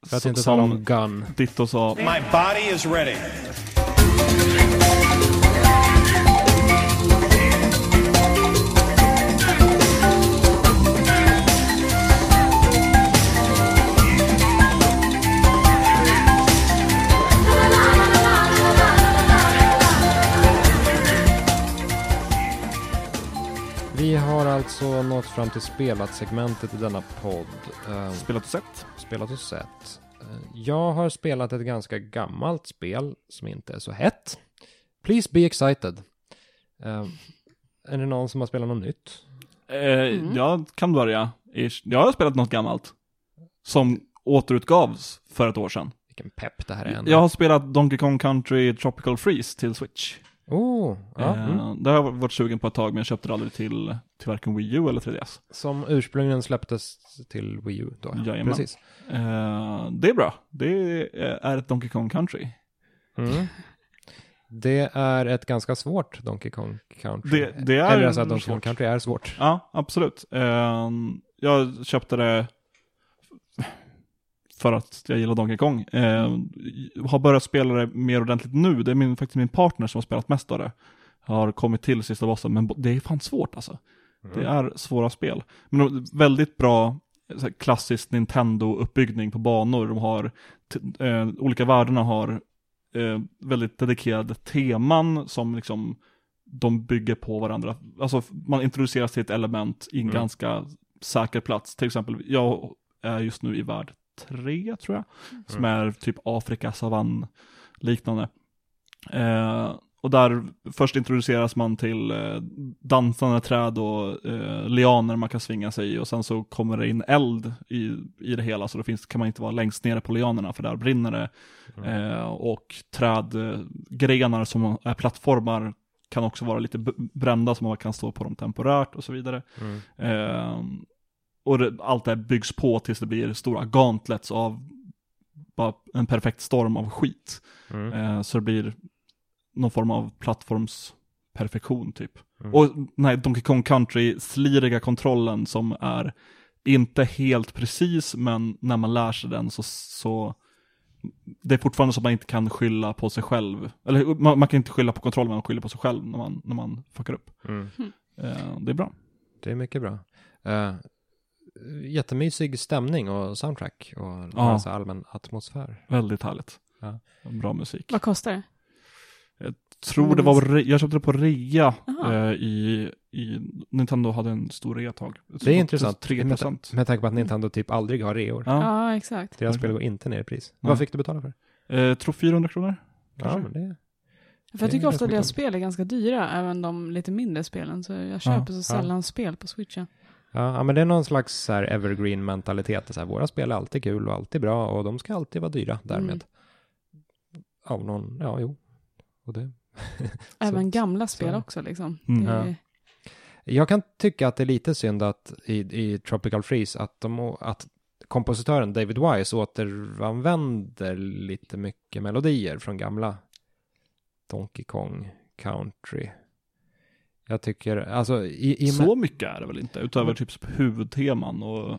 Speaker 1: För att
Speaker 2: Så-
Speaker 1: inte tala
Speaker 2: som
Speaker 1: om Gun.
Speaker 2: Ditto sa,
Speaker 4: My body is ready.
Speaker 1: Vi har alltså nått fram till spelat-segmentet i denna podd. Eh,
Speaker 2: spelat och sett.
Speaker 1: spelat och sett. Eh, Jag har spelat ett ganska gammalt spel som inte är så hett. Please be excited. Eh, Är det någon som har spelat något nytt?
Speaker 2: Eh, Jag kan börja. Ish. Jag har spelat något gammalt. Som återutgavs för ett år sedan.
Speaker 1: Vilken pepp det här är. ändå.
Speaker 2: Jag har spelat Donkey Kong Country Tropical Freeze till Switch.
Speaker 1: Oh, ja,
Speaker 2: Eh,
Speaker 1: mm.
Speaker 2: Det har jag varit sugen på ett tag, men jag köpte det aldrig till, till varken Wii U eller 3DS.
Speaker 1: Som ursprungligen släpptes till Wii U då.
Speaker 2: Jajamän.
Speaker 1: Precis.
Speaker 2: Eh, det är bra. Det är- eh, är ett Donkey Kong Country.
Speaker 1: Mm. Det är ett ganska svårt Donkey Kong Country.
Speaker 2: Det- det är
Speaker 1: Eller alltså att Donkey Kong
Speaker 2: svårt.
Speaker 1: Country är svårt.
Speaker 2: Ja, absolut. Eh, jag köpte det för att jag gillar Donkey Kong. Eh, har börjat spela det mer ordentligt nu. Det är min, faktiskt min partner som har spelat mest av det. Har kommit till sista bossen, men bo- det är fan svårt alltså. Det är svåra spel. Men de- väldigt bra så här, klassisk Nintendo-uppbyggning på banor. De har, t- eh, olika världarna har eh, väldigt dedikerade teman som liksom de bygger på varandra. Alltså man introduceras till ett element i en
Speaker 1: Mm.
Speaker 2: ganska säker plats. Till exempel, jag är just nu i värld tre tror jag, som är typ Afrika, savann, liknande. Eh, och där först introduceras man till eh, dansande träd och eh, lianer man kan svinga sig i och sen så kommer det in eld i, i det hela så då finns, kan man inte vara längst nere på lianerna för där brinner det. Eh, och trädgrenar som är plattformar kan också vara lite b- brända så man kan stå på dem temporärt och så vidare.
Speaker 1: Mm.
Speaker 2: Ehm, och det, allt det här byggs på tills det blir stora gauntlets av bara en perfekt storm av skit.
Speaker 1: Mm.
Speaker 2: Eh, så det blir någon form av plattformsperfektion typ.
Speaker 1: Mm.
Speaker 2: Och den här Donkey Kong Country-sliriga kontrollen som är inte helt precis, men när man lär sig den så, så det är fortfarande så att man inte kan skylla på sig själv. Eller man, man kan inte skylla på kontrollen, man skyller på sig själv när man, när man fuckar upp.
Speaker 1: Mm.
Speaker 2: Eh, det är bra.
Speaker 1: Det är mycket bra. Eh, jättemysig stämning och soundtrack och en
Speaker 2: Ja.
Speaker 1: massa allmän atmosfär.
Speaker 2: Väldigt härligt.
Speaker 1: Ja.
Speaker 2: Bra musik.
Speaker 3: Vad kostar det?
Speaker 2: Tror det var, re- jag köpte det på rea
Speaker 3: Aha.
Speaker 2: eh, i, i, Nintendo hade en stor rea ett tag.
Speaker 1: Det är intressant.
Speaker 2: 3 typ procent.
Speaker 1: Med tanke på att Nintendo typ aldrig har reor.
Speaker 3: Ja,
Speaker 2: Ja.
Speaker 3: exakt.
Speaker 1: Deras
Speaker 2: Okej.
Speaker 1: spel går inte ner i pris.
Speaker 2: Nej.
Speaker 1: Vad fick du betala för?
Speaker 2: Eh, tror 400 kronor.
Speaker 1: Ja,
Speaker 2: Kanske.
Speaker 1: men det,
Speaker 3: För
Speaker 1: Det är
Speaker 3: jag tycker ofta
Speaker 1: ganska
Speaker 3: att deras
Speaker 1: mycket.
Speaker 3: spel är ganska dyra, även de lite mindre spelen. Så jag köper så sällan spel på switchen.
Speaker 1: ja, ja, men det är någon slags så här evergreen mentalitet. Så här, våra spel är alltid kul och alltid bra och de ska alltid vara dyra därmed.
Speaker 3: Mm.
Speaker 2: Mm.
Speaker 1: Av någon, ja jo. Och det.
Speaker 3: Även gamla spel
Speaker 1: så-
Speaker 3: också liksom.
Speaker 2: Mm.
Speaker 3: Det är-
Speaker 1: Ja. Jag kan tycka att det är lite synd att i, i Tropical Freeze att, de, å- att kompositören David Wise återanvänder lite mycket melodier från gamla Donkey Kong Country. Jag tycker, alltså i, i och med-
Speaker 2: Så mycket är det väl inte, utöver typ huvudteman och,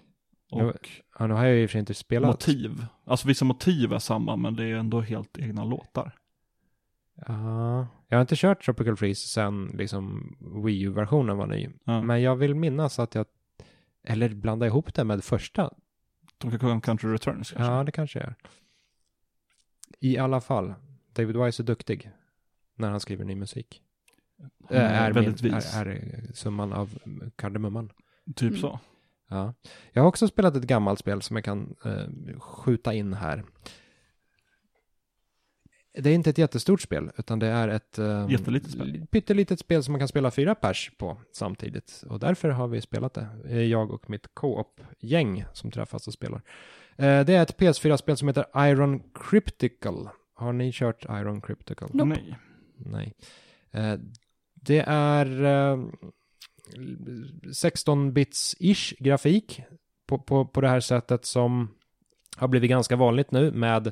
Speaker 1: Jo,
Speaker 2: och
Speaker 1: Ja, nu har jag ju i och för sig inte spelat.
Speaker 2: motiv. Alltså vissa motiv är samma, men det är ändå helt egna låtar.
Speaker 1: Ja, jag har inte kört Tropical Freeze sen liksom Wii U-versionen var ny.
Speaker 2: Ja.
Speaker 1: Men jag vill minnas att jag, eller blanda ihop det med första.
Speaker 2: Donkey Kong Country Returns kanske.
Speaker 1: Ja, det kanske jag är. I alla fall, David Wise är duktig när han skriver ny musik.
Speaker 2: Han är
Speaker 1: Äh, är,
Speaker 2: väldigt
Speaker 1: min,
Speaker 2: vis.
Speaker 1: är, är summan av kardemumman.
Speaker 2: Typ
Speaker 3: Mm.
Speaker 2: så.
Speaker 1: Ja. Jag har också spelat ett gammalt spel som jag kan eh, skjuta in här. Det är inte ett jättestort spel, utan det är ett eh,
Speaker 2: Jättelitet spel.
Speaker 1: li- pyttelitet spel som man kan spela fyra pers på samtidigt. Och därför har vi spelat det, Eh, jag och mitt co-op-gäng som träffas och spelar. Eh, det är ett PS4-spel som heter Iron Cryptical. Har ni kört Iron Cryptical?
Speaker 3: Nope.
Speaker 2: Nej.
Speaker 1: Nej. Eh, det är eh, 16-bits-ish grafik på, på, på det här sättet som har blivit ganska vanligt nu med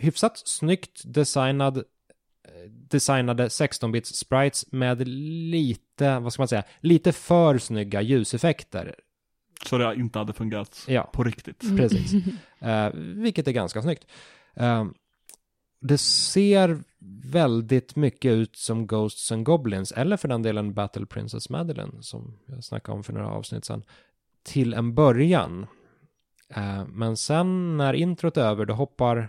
Speaker 1: hyfsat snyggt designad eh, designade 16-bits sprites med lite, vad ska man säga, lite för snygga ljuseffekter.
Speaker 2: Så det inte hade fungerat
Speaker 1: Ja,
Speaker 2: på riktigt.
Speaker 3: Mm.
Speaker 1: precis. Eh, vilket är ganska snyggt. Eh, det ser väldigt mycket ut som Ghosts and Goblins, eller för den delen Battle Princess Madeline, som jag snackade om för några avsnitt sedan, till en början. Eh, men sen när introt är över, då hoppar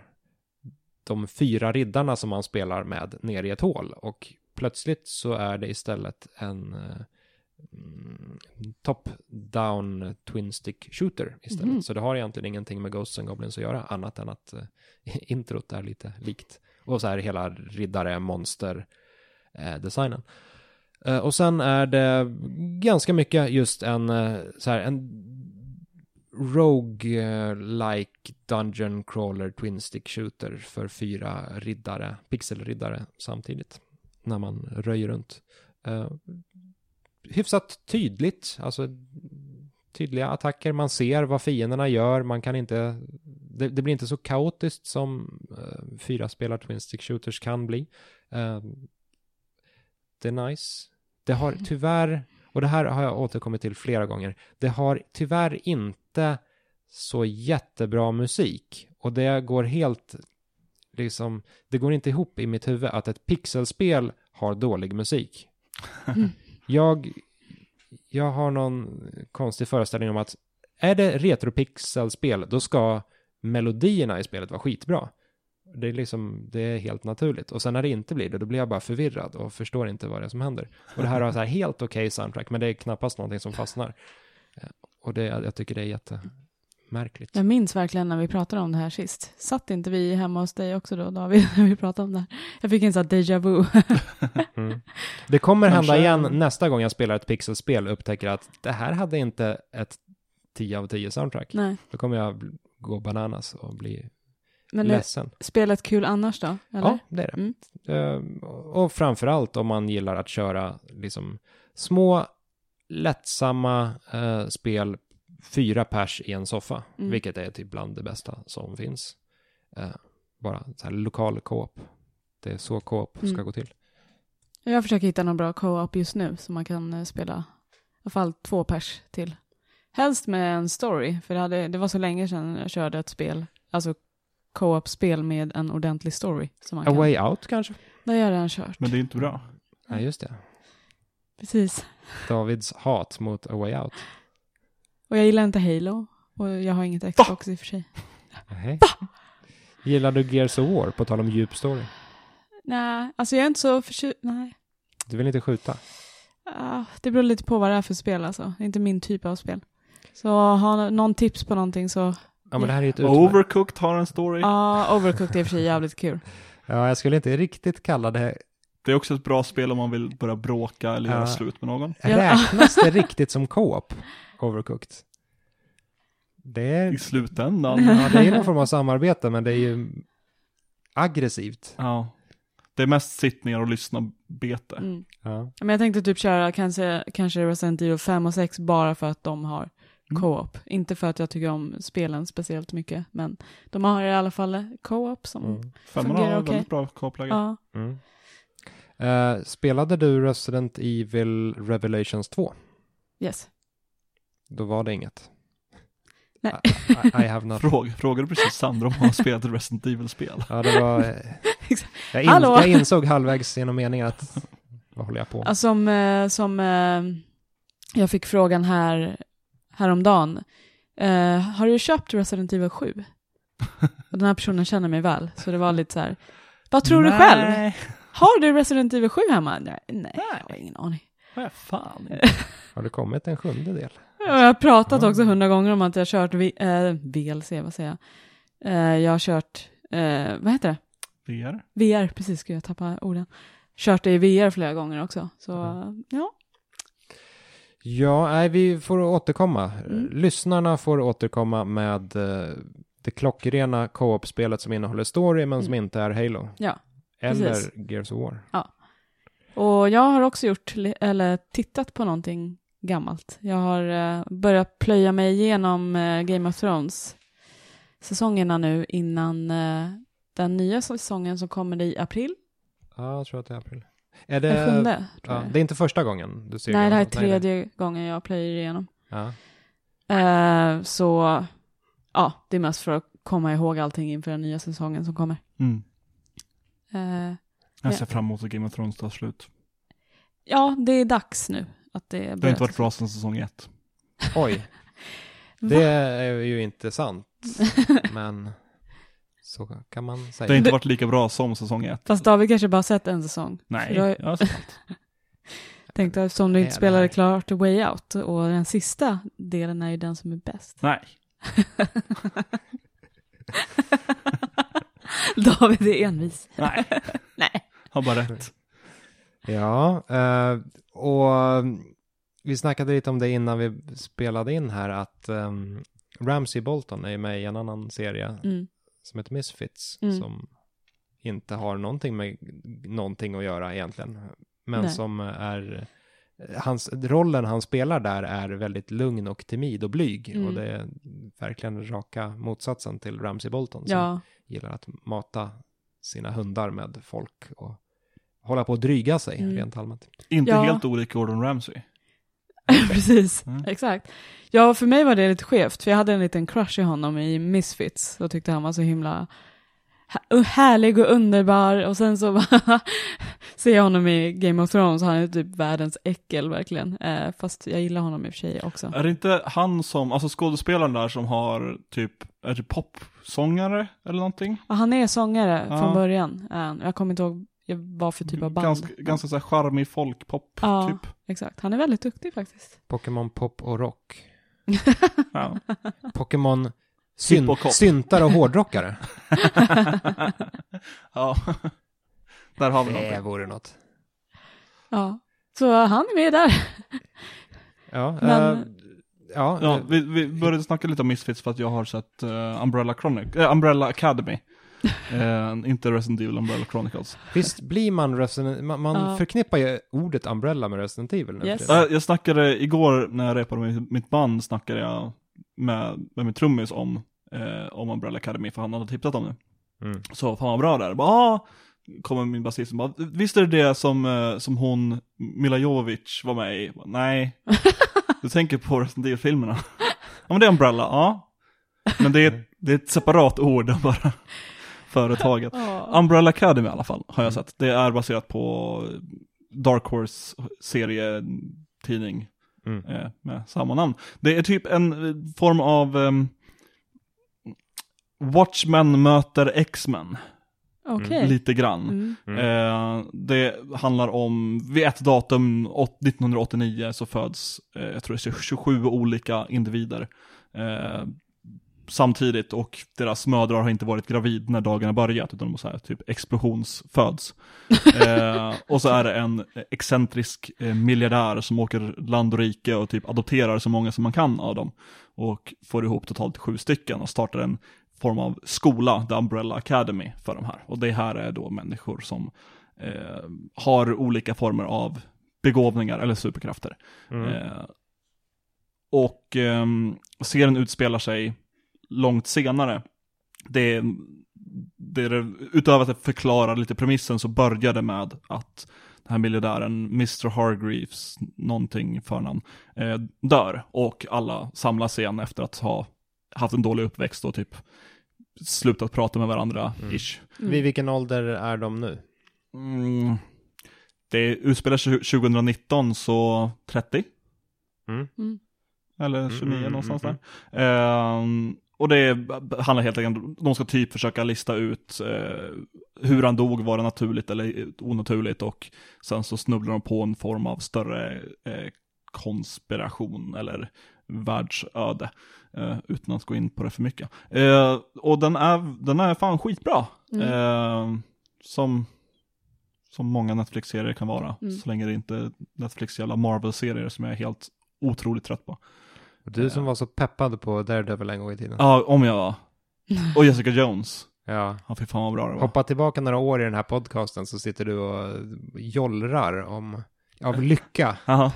Speaker 1: de fyra riddarna som man spelar med ner i ett hål och plötsligt så är det istället en eh, mm, top-down twin stick shooter istället.
Speaker 3: Mhm.
Speaker 1: Så det har egentligen ingenting med Ghosts and Goblins att göra annat än att eh, introt är lite likt. Och så här hela riddare-monster-designen. Eh, och sen är det ganska mycket just en, eh, så här, en rogue-like dungeon crawler twin stick shooter för fyra riddare, pixelriddare samtidigt. När man röjer runt. Eh, hyfsat tydligt, alltså tydliga attacker, man ser vad fienderna gör, man kan inte, det, det blir inte så kaotiskt som eh, fyra spelar twin stick shooters kan bli. Eh, det är nice. Det har tyvärr, och det här har jag återkommit till flera gånger, det har tyvärr inte så jättebra musik och det går helt liksom, det går inte ihop i mitt huvud att ett pixelspel har dålig musik. jag, jag har någon konstig föreställning om att är det retropixelspel då ska melodierna i spelet vara skitbra. Det är liksom, det är helt naturligt. Och sen när det inte blir det, då blir jag bara förvirrad och förstår inte vad det är som händer. Och det här har så här helt okej soundtrack, men det är knappast någonting som fastnar. Eh, Och det, jag tycker det är jättemärkligt.
Speaker 3: Jag minns verkligen när vi pratade om det här sist. Satt inte vi hemma hos dig också då, David, när vi pratade om det här? Jag fick en sån här déjà vu.
Speaker 1: Det kommer hända
Speaker 2: Kanske-
Speaker 1: igen nästa gång jag spelar ett pixelspel och upptäcker att det här hade inte ett 10 av 10 soundtrack.
Speaker 3: Nej,
Speaker 1: Då kommer jag bl- gå bananas och bli
Speaker 3: men är
Speaker 1: ledsen.
Speaker 3: spelet kul annars då? Eller?
Speaker 1: Ja, det är det.
Speaker 3: Mm.
Speaker 1: Eh, och framförallt om man gillar att köra liksom små lättsamma eh, spel, fyra pers i en soffa,
Speaker 3: Mm.
Speaker 1: vilket är typ bland det bästa som finns. Eh, bara så här lokal co-op. Det är så co-op ska
Speaker 3: Mm.
Speaker 1: gå till.
Speaker 3: Jag försöker hitta någon bra co-op just nu som man kan eh, spela i alla fall två pers till. Helst med en story, för det, hade, det var så länge sedan jag körde ett spel, alltså co-op-spel med en ordentlig story. Som man
Speaker 1: A
Speaker 3: kan.
Speaker 1: way out kanske?
Speaker 3: Det har jag redan kört.
Speaker 2: Men det är inte bra.
Speaker 3: Mm.
Speaker 1: Nej, just det.
Speaker 3: Precis.
Speaker 1: Davids hat mot A way out.
Speaker 3: Och jag gillar inte Halo. Och jag har inget Xbox i och för sig.
Speaker 1: Nej. Gillar du Gears of War, på tal om djup story?
Speaker 3: Nej, alltså jag är inte så förtjust... Nej.
Speaker 1: Du vill inte skjuta?
Speaker 3: Ah, det beror lite på vad det är för spel alltså. Det är inte min typ av spel. Så har någon tips på någonting så...
Speaker 1: Ja, men det här är ju ett utmärkt...
Speaker 2: Overcooked har en story.
Speaker 3: Ja, Overcooked är i och för sig jävligt kul.
Speaker 1: Ja, jag skulle inte riktigt kalla det...
Speaker 2: Det är också ett bra spel om man vill börja bråka eller göra
Speaker 1: Ja.
Speaker 2: slut med någon.
Speaker 3: Ja.
Speaker 1: Räknas det riktigt som co-op, Overcooked? Det
Speaker 2: I
Speaker 3: Mm.
Speaker 1: är...
Speaker 2: slutändan.
Speaker 1: Ja, det är någon form av samarbete, men det är ju aggressivt.
Speaker 2: ja. Det är mest sitt ner och lyssna bete.
Speaker 3: Mm.
Speaker 1: Ja.
Speaker 3: Men jag tänkte typ köra kanske, kanske Resident Evil 5 och 6 bara för att de har
Speaker 1: Mm.
Speaker 3: co-op. Inte för att jag tycker om spelen speciellt mycket, men de har i alla fall co-op som...
Speaker 1: Mm.
Speaker 2: Femman har
Speaker 3: Fungerar
Speaker 2: väldigt
Speaker 3: okej.
Speaker 2: bra koppläge.
Speaker 3: Ja.
Speaker 1: Mm. Eh, spelade du Resident Evil Revelations 2?
Speaker 3: Yes.
Speaker 1: Då var det inget.
Speaker 3: Nej.
Speaker 1: I, I, I have not.
Speaker 2: Fråg, frågade precis Sandra om hon har spelat ett Resident Evil-spel.
Speaker 1: Ja, det var... eh,
Speaker 3: Exakt.
Speaker 1: jag, in,
Speaker 3: Hallå?
Speaker 1: jag insåg halvvägs genom meningen att... Vad håller jag på med?
Speaker 3: Ja, som eh, som eh, jag fick frågan här häromdagen. Eh, har du köpt Resident Evil 7? Och den här personen känner mig väl, så det var lite så här. Vad tror du själv? Har du Resident Evil 7 hemma? Nej, nej, jag har ingen aning.
Speaker 2: Vad fan?
Speaker 1: Har det kommit en sjunde del?
Speaker 3: Och Jag har pratat också hundra gånger om att jag har kört vi, eh, VLC, vad säger jag? Eh, jag har kört, eh, vad heter det?
Speaker 2: VR?
Speaker 3: VR, precis, skulle jag tappa orden. Kört det i VR flera gånger också, så ja.
Speaker 1: Ja, nej, vi får återkomma.
Speaker 3: Mm.
Speaker 1: Lyssnarna får återkomma med eh, det klockrena co-op-spelet som innehåller story men som inte är Halo.
Speaker 3: Mm. Ja,
Speaker 1: Eller
Speaker 3: precis.
Speaker 1: Gears of War.
Speaker 3: Och jag har också gjort, li- eller tittat på någonting gammalt. Jag har eh, börjat plöja mig igenom eh, Game of Thrones säsongerna nu innan eh, den nya säsongen som kommer i april,
Speaker 1: Ja, jag tror att det är april. Är
Speaker 3: den
Speaker 1: det...
Speaker 3: sjunde tror
Speaker 1: Eh, Ja,
Speaker 3: jag.
Speaker 1: det är inte första gången du ser
Speaker 3: Nej, det här är
Speaker 1: igenom- nej,
Speaker 3: tredje gången jag plöjer igenom.
Speaker 1: Ja.
Speaker 3: Eh, så ja, det är mest för att komma ihåg allting inför den nya säsongen som kommer.
Speaker 2: Mm.
Speaker 3: Eh,
Speaker 2: Jag ser fram emot att Game of Thrones tar slut.
Speaker 3: ja, det är dags nu. Att det,
Speaker 2: Det har inte varit bra sedan säsong ett.
Speaker 1: Oj. Det är ju inte sant. Men så kan man
Speaker 2: Det har
Speaker 1: säga.
Speaker 2: inte varit lika bra som säsong ett.
Speaker 3: Fast David kanske bara sett en säsong.
Speaker 2: Nej,
Speaker 3: För då-
Speaker 2: jag har sett allt.
Speaker 3: Tänkte jag, eftersom du
Speaker 1: Nej,
Speaker 3: inte
Speaker 1: det
Speaker 3: spelade
Speaker 1: här-
Speaker 3: klart Way Out och den sista delen är ju den som är bäst.
Speaker 2: Nej.
Speaker 3: David är envis.
Speaker 2: Nej.
Speaker 3: Nej.
Speaker 2: Har bara rätt.
Speaker 1: Ja, eh, och vi snackade lite om det innan vi spelade in här att um, Ramsey Bolton är ju med i en annan serie
Speaker 3: Mm.
Speaker 1: som heter Misfits
Speaker 3: Mm.
Speaker 1: som inte har någonting med någonting att göra egentligen. Men
Speaker 3: Nej.
Speaker 1: som är, hans, rollen han spelar där är väldigt lugn och timid och blyg.
Speaker 3: Mm.
Speaker 1: Och det är verkligen raka motsatsen till Ramsey Bolton som
Speaker 3: Ja,
Speaker 1: gillar att mata sina hundar med folk och hålla på att dryga sig
Speaker 3: Mm.
Speaker 1: rent allmänt.
Speaker 2: Inte
Speaker 3: Ja.
Speaker 2: helt olik Gordon Ramsay.
Speaker 3: precis.
Speaker 2: Mm.
Speaker 3: Exakt. Ja, för mig var det lite skevt, för jag hade en liten crush i honom i Misfits och tyckte han var så himla hä- härlig och underbar och sen så bara ser jag honom i Game of Thrones och han är typ världens äckel verkligen. Eh, fast jag gillar honom i och för sig också.
Speaker 2: Är det inte han som, alltså skådespelaren där som har typ, är det popsångare eller någonting?
Speaker 3: Och han är sångare
Speaker 2: Ja.
Speaker 3: från början. Eh, jag kommer inte ihåg vad för typ av band.
Speaker 2: Ganska, ganska så här charmig folkpop
Speaker 3: Ja.
Speaker 2: typ.
Speaker 3: Exakt, han är väldigt duktig faktiskt.
Speaker 1: Pokémon pop och rock.
Speaker 2: Ja.
Speaker 3: Ah.
Speaker 1: Typ Pokémon
Speaker 2: Hipp och
Speaker 1: syn-
Speaker 2: kopp.
Speaker 1: syntar och hårdrockare.
Speaker 2: ja. Där har vi
Speaker 1: Det
Speaker 2: någonting.
Speaker 1: vore något.
Speaker 3: Ja, så han är med där.
Speaker 1: Ja,
Speaker 3: Men-
Speaker 1: eh, ja,
Speaker 2: Ja,
Speaker 1: eh,
Speaker 2: vi, vi började snacka lite om Misfits för att jag har sett eh, Umbrella, Chronic- eh, Umbrella Academy. Eh, inte Resident Evil Umbrella Chronicles.
Speaker 1: visst blir man Resident, man, man
Speaker 3: Ja.
Speaker 1: förknippar ju ordet Umbrella med Resident Evil nu. för
Speaker 3: Yes.
Speaker 1: tiden.
Speaker 2: Jag, jag snackade igår när jag repade med mitt band snackade jag med, med min trummis om, eh, om Umbrella Academy för han hade tipsat om det.
Speaker 1: Mm.
Speaker 2: Så fan vad bra det är. Bara, ah, kommer min basist och bara, visst är det det som, eh, som hon, Mila Jovovich var med i? Jag Bara, Nej, du tänker på Resident Evil-filmerna. Ja men det är Umbrella, ja. Men det är, det är ett separat ord bara. Företaget.
Speaker 3: Ja.
Speaker 2: Umbrella Academy i alla fall, har jag sett. Det är baserat på Dark Horse serietidning.
Speaker 1: Mm.
Speaker 2: eh, med samma namn. Det är typ en eh, form av ehm, Watchmen möter X-Men,
Speaker 3: Okej.
Speaker 2: lite grann.
Speaker 3: Mm.
Speaker 2: Eh, det handlar om, vid ett datum åt- 1989 så föds, eh, jag tror det är 27 olika individer eh, samtidigt och deras mödrar har inte varit gravid när dagen har börjat utan de har så här, typ explosionsföds. Eh, och så är det en excentrisk eh, miljardär som åker land och rike och typ adopterar så många som man kan av dem och får ihop totalt sju stycken och startar en form av skola, The Umbrella Academy, för de här. Och det här är då människor som eh, har olika former av begåvningar eller superkrafter. Eh, och ehm, serien utspelar sig långt senare. Det, är- det, är det, utöver att förklara lite premissen så börjar det med att den här miljardären, Mr. Hargreaves, någonting förnamn, eh, dör och alla samlas igen efter att ha haft en dålig uppväxt och typ slutat prata med varandra, ish.
Speaker 3: Mm.
Speaker 1: Vid vilken ålder är de nu?
Speaker 2: Mm. Det utspelar sig 2019, så 30?
Speaker 1: Mm.
Speaker 3: Mm.
Speaker 2: Eller 29
Speaker 1: mm,
Speaker 2: någonstans
Speaker 1: mm,
Speaker 2: där. Ehm, och det handlar helt enkelt om, de ska typ försöka lista ut eh, hur han dog, var det naturligt eller onaturligt och sen så snubblar de på en form av större eh, konspiration eller världsöde. Eh, utan att gå in på det för mycket. Eh, och den är, den är fan skitbra. Eh, som, som många Netflix-serier kan vara.
Speaker 3: Mm.
Speaker 2: Så länge det inte är Netflix jävla Marvel-serier som jag är helt otroligt trött på.
Speaker 1: Du som var så peppad på Daredevil en gång i tiden.
Speaker 2: Ja, om jag var. Och Jessica Jones.
Speaker 1: Ja.
Speaker 2: Ja, fy fan vad bra det var.
Speaker 1: Hoppa tillbaka några år i den här podcasten så sitter du och jollrar om, av lycka.
Speaker 2: Jaha.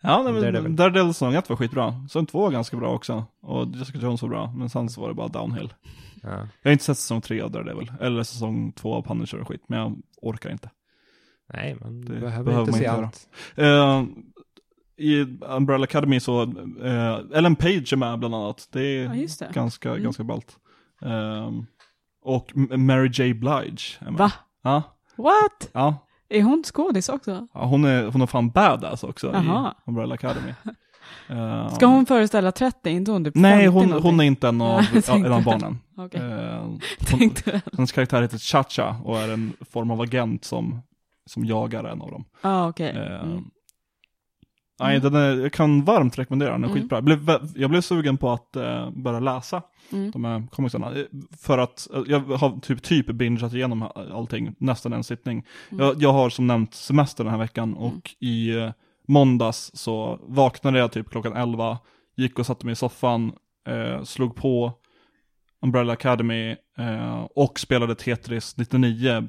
Speaker 2: Ja, nej, men
Speaker 1: Daredevil.
Speaker 2: Daredevil. Daredevil säsong 1 var skitbra. Säsong 2 var ganska bra också. Och Jessica Jones var bra. Men sen så var det bara downhill.
Speaker 1: Ja.
Speaker 2: Jag har inte sett säsong 3 av Daredevil. Eller säsong 2 av Punisher och skit. Men jag orkar inte.
Speaker 1: Nej, men du
Speaker 2: Det
Speaker 1: behöver,
Speaker 2: behöver
Speaker 1: inte
Speaker 2: man
Speaker 1: se
Speaker 2: inte göra.
Speaker 1: allt.
Speaker 2: Eh, I Umbrella Academy så, eh, Ellen Page är med bland annat. Det är
Speaker 3: Ja, just det.
Speaker 2: ganska,
Speaker 3: Mm.
Speaker 2: ganska ballt. Ehm, och M- Mary J. Blige är med.
Speaker 3: Va?
Speaker 2: Ja,
Speaker 3: What?
Speaker 2: ja.
Speaker 3: Är hon skådis också?
Speaker 2: Ja, Hon är, hon är fan badass också
Speaker 3: Jaha.
Speaker 2: i Umbrella Academy. Ehm,
Speaker 3: Ska hon föreställa 30? Inte hon typ 50
Speaker 2: Nej, hon,
Speaker 3: någonting?
Speaker 2: hon är inte en av,
Speaker 3: Ja, jag
Speaker 2: ja, en av
Speaker 3: tänkte.
Speaker 2: barnen.
Speaker 3: Okej.
Speaker 2: Ehm, hon,
Speaker 3: Tänkte väl.
Speaker 2: hennes karaktär heter Chacha och är en form av agent som, som jagar en av dem.
Speaker 3: Ja, okej.
Speaker 2: Eh,
Speaker 3: Mm.
Speaker 2: Nej, den är, jag kan varmt rekommendera den, den är skitbra. Jag blev, vä- jag blev sugen på att eh, börja läsa
Speaker 3: Mm.
Speaker 2: de här komiksarna. eh, För att eh, jag har typ, typ bingeat igenom allting, nästan en sittning. Jag, jag har som nämnt semester den här veckan och i eh, måndags så vaknade jag typ klockan 11, gick och satte mig i soffan, eh, slog på Umbrella Academy eh, och spelade Tetris 99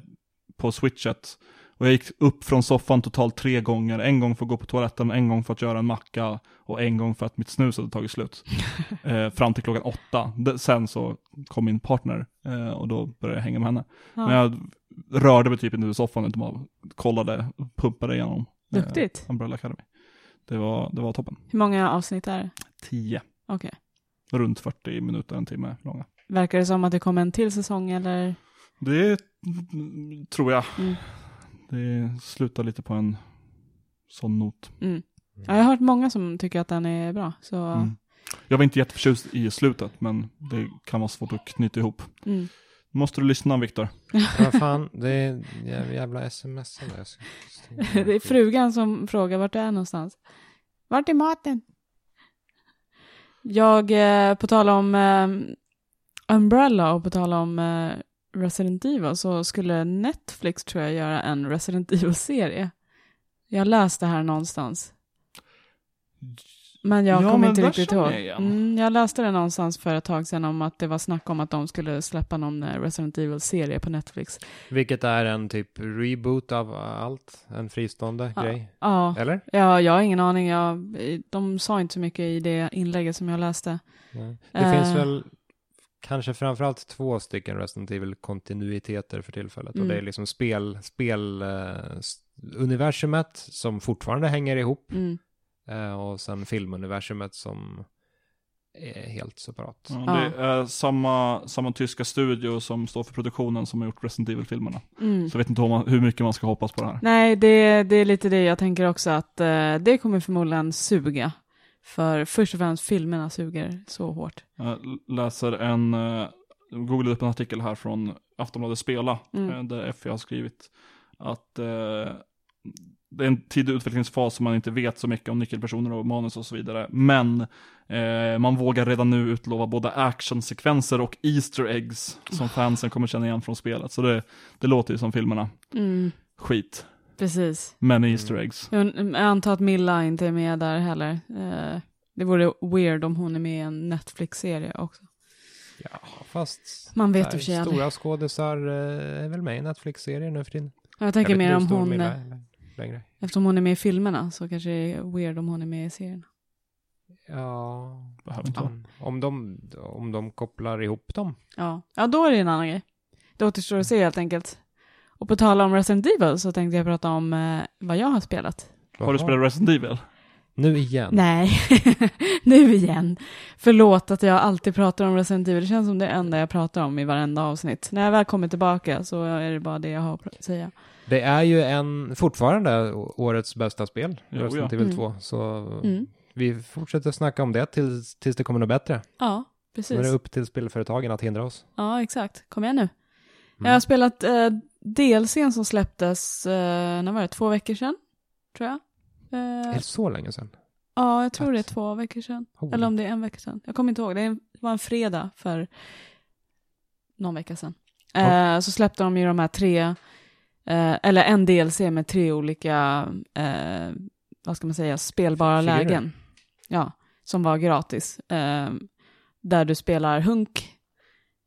Speaker 2: på switchet. Och jag gick upp från soffan totalt tre gånger, en gång för att gå på toaletten, en gång för att göra en macka och en gång för att mitt snus hade tagit slut. eh, fram till klockan åtta. De, sen så kom min partner eh, och då började jag hänga med henne.
Speaker 3: Ja.
Speaker 2: Men jag rörde mig typ inte ur soffan utan bara kollade, pumpade igenom. eh,
Speaker 3: Duktigt.
Speaker 2: Umbrella Academy. Det var, det var toppen.
Speaker 3: Hur många avsnitt är det?
Speaker 2: Tio.
Speaker 3: Okej.
Speaker 2: Runt 40 minuter, en timme långa.
Speaker 3: Verkar det som att det kommer en till säsong eller?
Speaker 2: Det mm, tror jag.
Speaker 3: Mm.
Speaker 2: Det slutar lite på en sån not.
Speaker 3: Mm. Ja, jag har hört många som tycker att den är bra. Så... Mm.
Speaker 2: Mm. Jag var inte jätteförtjust i slutet, men det kan vara svårt att knyta ihop. Måste du lyssna, Viktor?
Speaker 3: Mm.
Speaker 1: Vad fan, det är jä- jävla sms där. Jag ska-
Speaker 3: det är frugan som frågar vart du är någonstans. Vart är maten? Jag, eh, på tal om eh, Umbrella och på tal om eh, Resident Evil så skulle Netflix tror jag göra en Resident Evil-serie. Jag läste här någonstans. Men jag
Speaker 2: Ja,
Speaker 3: kommer
Speaker 2: men
Speaker 3: inte
Speaker 2: där
Speaker 3: riktigt
Speaker 2: känner
Speaker 3: ihåg.
Speaker 2: jag igen.
Speaker 3: Mm, jag läste det någonstans för ett tag sedan om att det var snack om att de skulle släppa någon eh, Resident Evil-serie på Netflix.
Speaker 1: Vilket är en typ reboot av allt, en fristående
Speaker 3: Ja.
Speaker 1: grej.
Speaker 3: Ja,
Speaker 1: Eller?
Speaker 3: ja jag har ingen aning. Jag, de sa inte så mycket i det inlägget som jag läste.
Speaker 1: Nej. Det
Speaker 3: Eh.
Speaker 1: finns väl kanske framförallt två stycken Resident Evil-kontinuiteter för tillfället.
Speaker 3: Mm.
Speaker 1: Och det är liksom spel, spel, eh, s- universumet som fortfarande hänger ihop
Speaker 3: Mm.
Speaker 1: eh, och sen filmuniversumet som är helt separat.
Speaker 2: Ja, det är samma, samma tyska studio som står för produktionen som har gjort Resident Evil-filmerna.
Speaker 3: Mm.
Speaker 2: Så jag vet inte om man, hur mycket man ska hoppas på det här.
Speaker 3: Nej, det, det är lite det jag tänker också, att eh, det kommer förmodligen suga. För först och främst filmerna suger så hårt.
Speaker 2: Jag läser en, eh, googlade upp en artikel här från Aftonbladet Spela,
Speaker 3: Mm.
Speaker 2: eh, där FE har skrivit att eh, det är en tidig utvecklingsfas som man inte vet så mycket om nyckelpersoner och manus och så vidare. Men eh, man vågar redan nu utlova både actionsekvenser och Easter eggs som
Speaker 3: Ah.
Speaker 2: fansen kommer känna igen från spelet. Så det, det låter ju som filmerna.
Speaker 3: Mm,
Speaker 2: Skit,
Speaker 3: precis.
Speaker 2: men Easter eggs.
Speaker 3: Jag jag antar att Milla inte är med där heller. Eh, det vore weird om hon är med i en Netflix-serie också.
Speaker 1: Ja, fast
Speaker 3: Man vet i och
Speaker 1: där,
Speaker 3: för sig aldrig.
Speaker 1: stora skådisar eh, är väl med i Netflix-serier nu för tiden.
Speaker 3: Jag tänker
Speaker 1: vet
Speaker 3: mer
Speaker 1: inte hur
Speaker 3: om
Speaker 1: stor
Speaker 3: hon,
Speaker 1: Milla
Speaker 3: eh,
Speaker 1: är längre.
Speaker 3: eftersom hon är med i filmerna, så kanske det är weird om hon är med i serien.
Speaker 1: Ja,
Speaker 2: Behöver inte vara.
Speaker 1: om, om, de, om de kopplar ihop dem.
Speaker 3: Ja. ja, då är det en annan grej. Det återstår att se helt enkelt. Och på tal om Resident Evil så tänkte jag prata om eh, vad jag har spelat.
Speaker 2: Har du
Speaker 1: Jaha.
Speaker 2: spelat Resident Evil?
Speaker 1: Nu igen.
Speaker 3: Nej, nu igen. Förlåt att jag alltid pratar om Resident Evil. Det känns som det enda jag pratar om i varenda avsnitt. När jag väl kommer tillbaka så är det bara det jag har att säga.
Speaker 1: Det är ju en, fortfarande å- årets bästa spel,
Speaker 2: Jo,
Speaker 1: Resident
Speaker 2: ja.
Speaker 1: Evil
Speaker 3: Mm.
Speaker 1: 2. Så
Speaker 3: Mm.
Speaker 1: vi fortsätter snacka om det tills, tills det kommer något bättre.
Speaker 3: Ja,
Speaker 1: Nu är det
Speaker 3: precis.
Speaker 1: upp till spelföretagen att hindra oss.
Speaker 3: Ja, exakt. Kom igen nu.
Speaker 1: Mm.
Speaker 3: Jag har spelat eh, DLCn som släpptes, eh, när var det, två veckor sedan? Tror jag.
Speaker 1: Är
Speaker 3: Eh,
Speaker 1: det så länge sedan?
Speaker 3: ja, jag tror det är
Speaker 1: Att-
Speaker 3: två veckor sedan.
Speaker 1: Holy.
Speaker 3: Eller om det är en vecka sedan. Jag kommer inte ihåg. Det är en- var en fredag för någon vecka sedan.
Speaker 1: Ja.
Speaker 3: Eh, så släppte de ju de här tre, eh, eller en DLC med tre olika, eh, vad ska man säga, spelbara
Speaker 1: Figurer.
Speaker 3: lägen. Ja, som var gratis. Eh, där du spelar Hunk,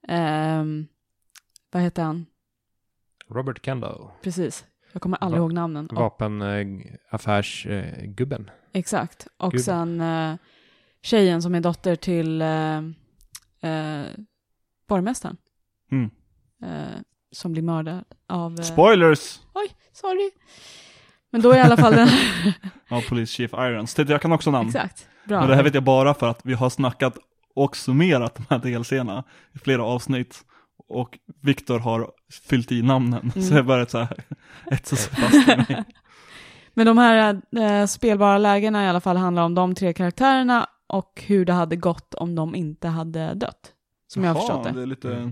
Speaker 3: eh, vad heter han?
Speaker 1: Robert Kendo,
Speaker 3: Precis. Jag kommer aldrig
Speaker 1: Va-
Speaker 3: ihåg namnen. Och-
Speaker 1: eh, vapenaffärsgubben.
Speaker 3: Exakt. Och
Speaker 1: Gud.
Speaker 3: sen eh, tjejen som är dotter till eh, eh, borgmästaren.
Speaker 2: Mm.
Speaker 3: Eh, som blir mördad av... Eh,
Speaker 2: Spoilers!
Speaker 3: oj, sorry. Men då i alla fall den...
Speaker 2: Ja, Police Chief Irons. Titta, jag kan också namn.
Speaker 3: Exakt.
Speaker 2: Men det
Speaker 3: Bra.
Speaker 2: här vet jag bara för att vi har snackat och summerat de här DLC'na i flera avsnitt. Och Viktor har fyllt i namnen.
Speaker 3: Mm.
Speaker 2: Så jag börjat så här, etsa sig fast i mig.
Speaker 3: Men de här eh, spelbara lägena i alla fall handlar om de tre karaktärerna och hur det hade gått om de inte hade dött. Som jag har förstått det.
Speaker 2: är lite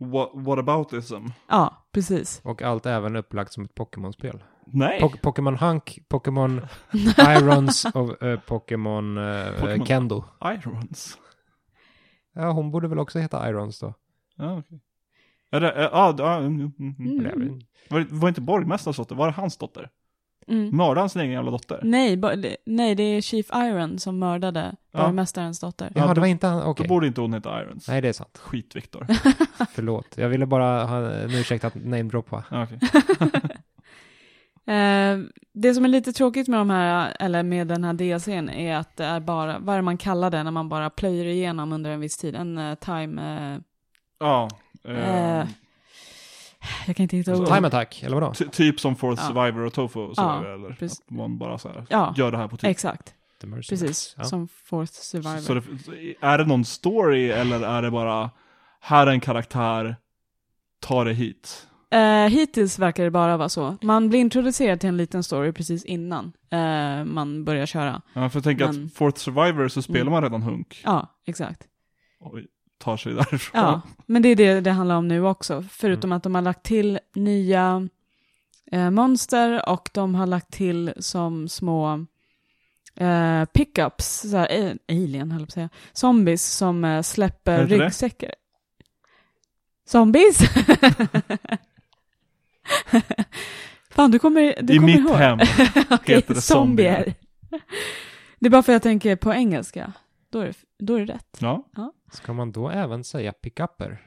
Speaker 2: what, what aboutism.
Speaker 3: Ja, precis.
Speaker 1: Och allt även upplagt som ett Pokémon-spel.
Speaker 2: Nej,
Speaker 1: Po- Pokémon Hunk, Pokémon Irons och eh, Pokémon uh,
Speaker 2: Pokémon.
Speaker 1: Kendo.
Speaker 2: Irons.
Speaker 1: Ja, hon borde väl också heta Irons då.
Speaker 3: Mm.
Speaker 2: Ja, okej. Är det, eh, ah, ah, mm, mm, mm.
Speaker 1: Eller, jag vet
Speaker 3: Mm.
Speaker 1: inte.
Speaker 2: Var, det- var inte borgmästarens dotter, var det hans dotter?
Speaker 3: Mm.
Speaker 2: Mördade han sin egen jävla dotter?
Speaker 3: Nej, bo- det- nej, det är Chief Iron som mördade
Speaker 2: Ja.
Speaker 3: borgmästarens dotter.
Speaker 1: Jaha,
Speaker 2: Ja,
Speaker 1: det
Speaker 2: då-
Speaker 1: var inte han, okej.
Speaker 2: Då borde inte hon heta Irons.
Speaker 1: Nej, det är sant.
Speaker 2: Skit Viktor.
Speaker 1: Förlåt. Jag ville bara ha en ursäkt att namedroppa.
Speaker 2: Ja, okej.
Speaker 3: Eh, det som är lite tråkigt med de här, eller med den här DLCn är att det är bara, vad är det man kallar det när man bara plöjer igenom under en viss tid? En eh, time... eh,
Speaker 2: Ja.
Speaker 3: Eh,
Speaker 2: ehm.
Speaker 3: jag kan inte hitta
Speaker 2: Så-
Speaker 3: ordet.
Speaker 1: alltså, Time attack, eller vadå?
Speaker 2: Ty- typ som Fourth
Speaker 3: Ja.
Speaker 2: Survivor och Tofu och så
Speaker 3: Ja,
Speaker 2: vidare, eller?
Speaker 3: precis.
Speaker 2: Att man bara så här,
Speaker 3: Ja.
Speaker 2: gör det här på typ.
Speaker 3: Exakt,
Speaker 1: The Mercenaries.
Speaker 3: precis.
Speaker 1: Ja.
Speaker 3: Som Fourth
Speaker 2: Så,
Speaker 3: Survivor.
Speaker 2: så det, är det någon story eller är det bara, här är en karaktär, ta det hit.
Speaker 3: Eh, hittills verkar det bara vara så. Man blir introducerad till en liten story precis innan eh, man börjar köra.
Speaker 2: Ja, för jag tänker
Speaker 3: Men-
Speaker 2: att Fourth Survivor så spelar
Speaker 3: Mm.
Speaker 2: man redan hunk
Speaker 3: Ja, exakt.
Speaker 2: och tar sig därifrån.
Speaker 3: Ja, men det är det det handlar om nu också. Förutom
Speaker 2: Mm.
Speaker 3: att de har lagt till nya eh, monster och de har lagt till som små eh, pickups, så här, eh, alien höll jag på att säga, zombies som eh,
Speaker 2: Är
Speaker 3: släpper
Speaker 2: det inte det?
Speaker 3: ryggsäckar. Zombies? Fan, du kommer, du
Speaker 2: I
Speaker 3: kommer
Speaker 2: mitt
Speaker 3: ihåg.
Speaker 2: hem
Speaker 3: Okej,
Speaker 2: heter det zombier.
Speaker 3: det är bara för att jag tänker på engelska. Då är det, då är det rätt.
Speaker 2: Ja.
Speaker 1: Ska man då även säga pickupper?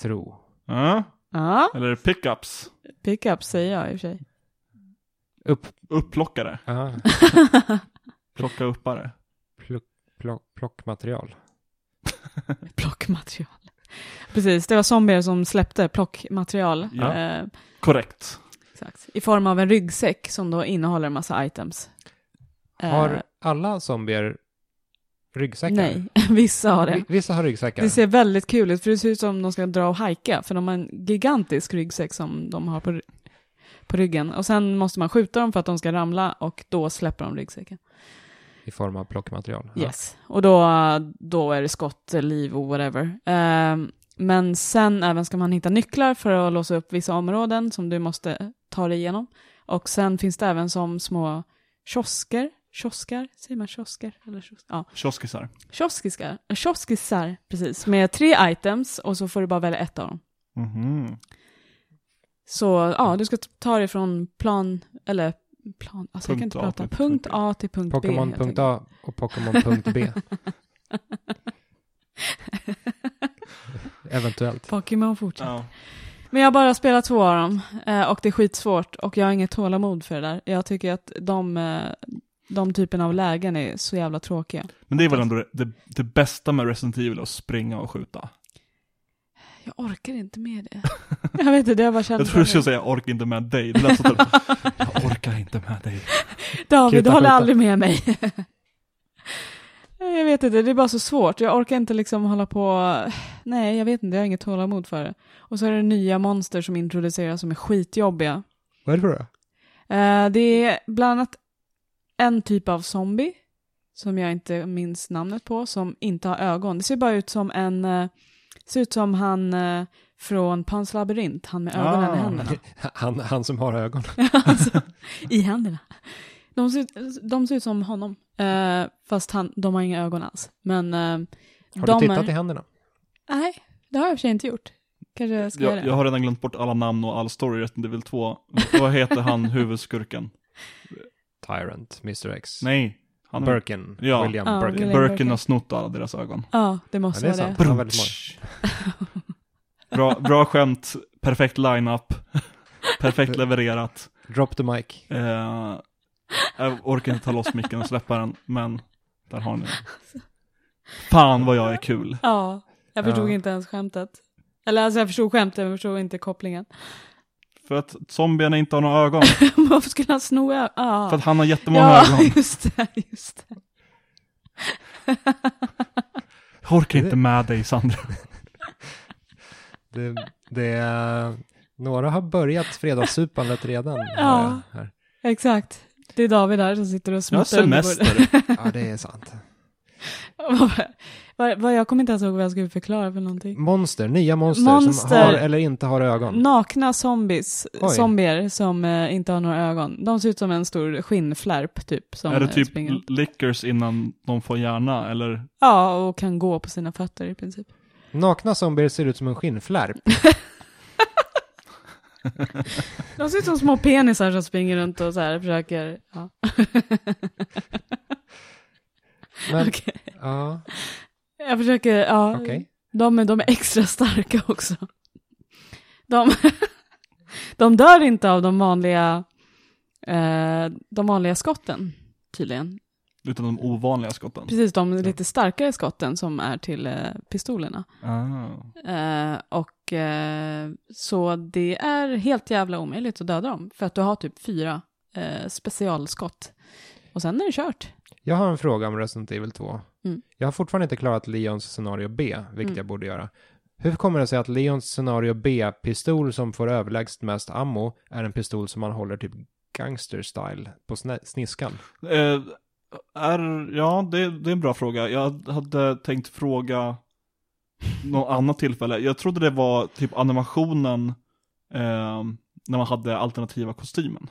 Speaker 1: Tro.
Speaker 2: ja.
Speaker 3: Ja,
Speaker 2: Eller pickups,
Speaker 3: pickups säger jag i och för sig.
Speaker 1: Upp.
Speaker 2: upplockare,
Speaker 1: Ja.
Speaker 2: plocka uppare.
Speaker 1: Pluck, plock, plockmaterial.
Speaker 3: Plockmaterial. Precis, det var zombier som släppte plockmaterial.
Speaker 2: Ja.
Speaker 3: Eh,
Speaker 2: Korrekt.
Speaker 3: exakt. I form av en ryggsäck som då innehåller en massa items. Eh,
Speaker 1: Har alla zombier ryggsäckar?
Speaker 3: Nej, vissa har det.
Speaker 1: Vi- Vissa har ryggsäckar.
Speaker 3: Det ser väldigt kul ut, för det ser ut som de ska dra och hajka, för de har en gigantisk ryggsäck som de har på, ry- på ryggen. Och sen måste man skjuta dem för att de ska ramla och då släpper de ryggsäcken.
Speaker 1: I form av plockmaterial.
Speaker 3: Yes. Och då, då är det skott, liv och whatever. Ehm, men sen även ska man hitta nycklar för att låsa upp vissa områden som du måste ta dig igenom. Och sen finns det även som små kiosker, kioskar, säger man kiosker? Eller kiosk? Ja,
Speaker 2: Kioskisar.
Speaker 3: kioskiskar, kioskisar, precis, med tre items och så får du bara välja ett av dem.
Speaker 2: Mhm.
Speaker 3: Så ja, du ska t- ta dig från plan, eller plan, alltså jag kan
Speaker 2: Punkt
Speaker 3: inte
Speaker 2: A
Speaker 3: prata,
Speaker 2: till
Speaker 3: punkt A till punkt B. helt enkelt.
Speaker 1: Pokémon.A och Pokémon.B. Eventuellt.
Speaker 3: Pokémon fortsätter.
Speaker 2: Ja.
Speaker 3: Men jag har bara spelat två av dem eh, och det är skitsvårt och jag har inget tålamod för det där. Jag tycker att de, eh, de typen av lägen är så jävla tråkiga.
Speaker 2: Men det är väl ändå det, det, det bästa med Resident Evil, att springa och skjuta.
Speaker 3: Jag orkar inte med det. Jag vet inte, det har jag bara känt.
Speaker 2: Jag tror du skulle säga jag orkar inte med dig. Det lät så typ, jag orkar inte med dig.
Speaker 3: David, du
Speaker 1: Kuta,
Speaker 3: håller
Speaker 1: kuta.
Speaker 3: aldrig med mig. jag vet inte, det är bara så svårt. Jag orkar inte liksom hålla på. Nej, jag vet inte, jag har inget tålamod för det. Och så är det nya monster som introduceras som är skitjobbiga.
Speaker 1: Vad är det för det?
Speaker 3: Eh, det är bland annat en typ av zombie som jag inte minns namnet på, som inte har ögon. Det ser bara ut som en, eh, ser ut som han eh, från Pans labyrint, han med ögonen
Speaker 2: Ah.
Speaker 3: i händerna.
Speaker 1: Han, han som har ögon.
Speaker 3: alltså, I händerna. De ser, ut- de ser ut som honom, eh, fast han, de har inga ögon alls. Men eh,
Speaker 1: Har
Speaker 3: de
Speaker 1: du tittat
Speaker 3: är,
Speaker 1: i händerna?
Speaker 3: Nej, det har jag i och för sig inte gjort. Kanske jag ska göra
Speaker 2: Jag,
Speaker 3: det.
Speaker 2: jag har redan glömt bort alla namn och all story i Resident Evil 2. Vad heter han, huvudskurken?
Speaker 1: Tyrant, Mr X,
Speaker 2: Nej, han är...
Speaker 1: Birkin,
Speaker 2: Ja.
Speaker 1: William
Speaker 3: Ja,
Speaker 1: Birkin.
Speaker 3: William.
Speaker 2: Birkin har snott alla deras ögon.
Speaker 3: Ja, det måste
Speaker 1: Ja, det är
Speaker 3: vara det.
Speaker 1: sant. Han har väldigt
Speaker 2: bra, bra skämt, perfekt line-up, perfekt levererat.
Speaker 1: Drop the mic.
Speaker 2: Eh, jag orkar inte ta loss micken och släppa den, men där har ni den. Fan vad jag är kul.
Speaker 3: Ja, jag förstod
Speaker 1: Ja.
Speaker 3: inte ens skämtet. Eller alltså jag förstod skämtet, men jag förstod inte kopplingen.
Speaker 2: För att zombierna inte har några ögon.
Speaker 3: Varför skulle han sno ö- ah.
Speaker 2: För att han har jättemånga
Speaker 3: Ja,
Speaker 2: ögon.
Speaker 3: just det, just det.
Speaker 2: Jag orkar inte med dig Sandra.
Speaker 1: Det, det är, några har börjat fredagssupandet redan. hör
Speaker 3: Ja.
Speaker 1: jag här.
Speaker 3: Exakt. Det är David här som sitter och
Speaker 2: Jag har
Speaker 3: smuttar under bordet.
Speaker 2: semester.
Speaker 1: ja, det är sant.
Speaker 3: Vad- vad- Jag kommer inte ens ihåg vad jag skulle förklara för någonting.
Speaker 1: Monster, nya monster, som
Speaker 3: Monster.
Speaker 1: har eller inte har
Speaker 2: Mm.
Speaker 1: ögon.
Speaker 3: Nakna zombies,
Speaker 1: Oj.
Speaker 3: zombier som eh, inte har några ögon. De ser ut som en stor skinnflärp typ. Som
Speaker 2: Är det
Speaker 3: eh,
Speaker 2: typ
Speaker 3: springer.
Speaker 2: lickers innan de får hjärna eller?
Speaker 3: Ja, och kan gå på sina fötter i princip.
Speaker 1: Nakna zombier ser ut som en skinnflärp.
Speaker 3: De ser ut som små penisar som springer runt och så här försöker... Ja.
Speaker 1: Men,
Speaker 3: Okej.
Speaker 1: ja,
Speaker 3: Jag försöker, ja.
Speaker 1: okej.
Speaker 3: De, är- de är extra starka också. De, de dör inte av de vanliga, eh, de vanliga skotten, tydligen.
Speaker 2: Utan de ovanliga skotten?
Speaker 3: Precis, de lite starkare skotten som är till eh, pistolerna.
Speaker 2: Ah.
Speaker 3: Eh, och eh, så det är helt jävla omöjligt att döda dem, för att du har typ fyra eh, specialskott. Och sen är det kört.
Speaker 1: Jag har en fråga om Resident Evil 2.
Speaker 3: Mm.
Speaker 1: Jag har fortfarande inte klarat Leons scenario B, vilket
Speaker 3: Mm.
Speaker 1: jag borde göra. Hur kommer det sig att Leons scenario B-pistol som får överlägst mest ammo är en pistol som man håller typ gangster-style på sne- sniskan?
Speaker 2: Eh, är, ja, det, det är en bra fråga. Jag hade tänkt fråga något annat tillfälle. Jag trodde det var typ animationen eh, när man hade alternativa kostymen.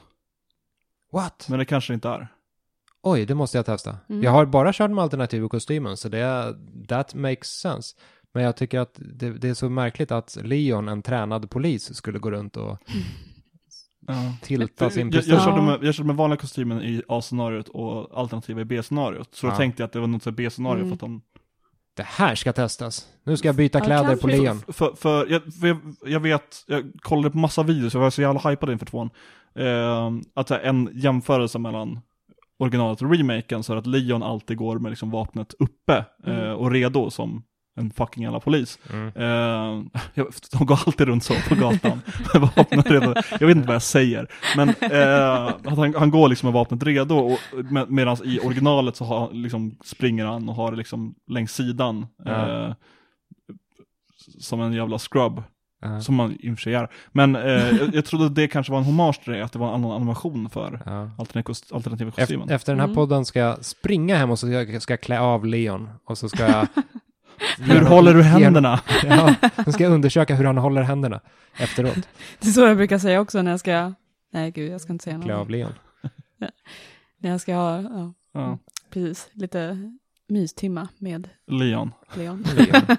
Speaker 1: What?
Speaker 2: Men det kanske inte är.
Speaker 1: Oj, det måste jag testa.
Speaker 3: Mm.
Speaker 1: Jag har bara kört med alternativ och kostymen, så det, that makes sense. Men jag tycker att det, det är så märkligt att Leon, en tränad polis, skulle gå runt och
Speaker 2: Ja.
Speaker 1: tilta
Speaker 2: Eh, Jag,
Speaker 1: sin
Speaker 2: jag,
Speaker 1: pistol.
Speaker 2: jag, körde med, jag körde med vanliga kostymen i A-scenariot och alternativa i B-scenariot. Så då
Speaker 1: Ja.
Speaker 2: tänkte jag att det var något så här B-scenario
Speaker 3: Mm.
Speaker 2: för att de...
Speaker 1: Det här ska testas. Nu ska jag byta
Speaker 3: Ja,
Speaker 1: kläder
Speaker 3: kanske.
Speaker 1: på Leon.
Speaker 2: För, för, för, jag, för jag, jag vet, jag kollade på massa videos, jag var så jävla hypad inför tvåan. Eh, att så här, en jämförelse mellan originalet och remaken så är att Leon alltid går med liksom vapnet uppe eh,
Speaker 3: Mm.
Speaker 2: och redo som en fucking alla polis. Eh, jag, de går alltid runt så på gatan med vapnet redo. Jag vet inte vad jag säger. Men eh, att han, han går liksom med vapnet redo och med, medan i originalet så har, liksom, springer han och har det liksom längs sidan.
Speaker 1: Ja.
Speaker 2: Eh, som en jävla scrub.
Speaker 1: Ja.
Speaker 2: Som man i och för sig är. Men eh, jag, jag trodde det kanske var en hommage till det, att det var en annan animation för
Speaker 1: Ja.
Speaker 2: alternativ kost- alternativa kostymen.
Speaker 1: Efter, efter den här
Speaker 3: Mm.
Speaker 1: podden ska jag springa hem och så ska jag, ska jag klä av Leon och så ska jag...
Speaker 2: Hur håller du händerna?
Speaker 1: Ja, så ska jag undersöka hur han håller händerna efteråt.
Speaker 3: Det är så jag brukar säga också när jag ska, nej gud jag ska inte säga
Speaker 1: Klä av
Speaker 3: något.
Speaker 1: Leon.
Speaker 3: När jag ska ha, ja,
Speaker 2: Ja,
Speaker 3: precis, lite mystimma med
Speaker 2: Leon.
Speaker 3: Leon.
Speaker 1: Leon.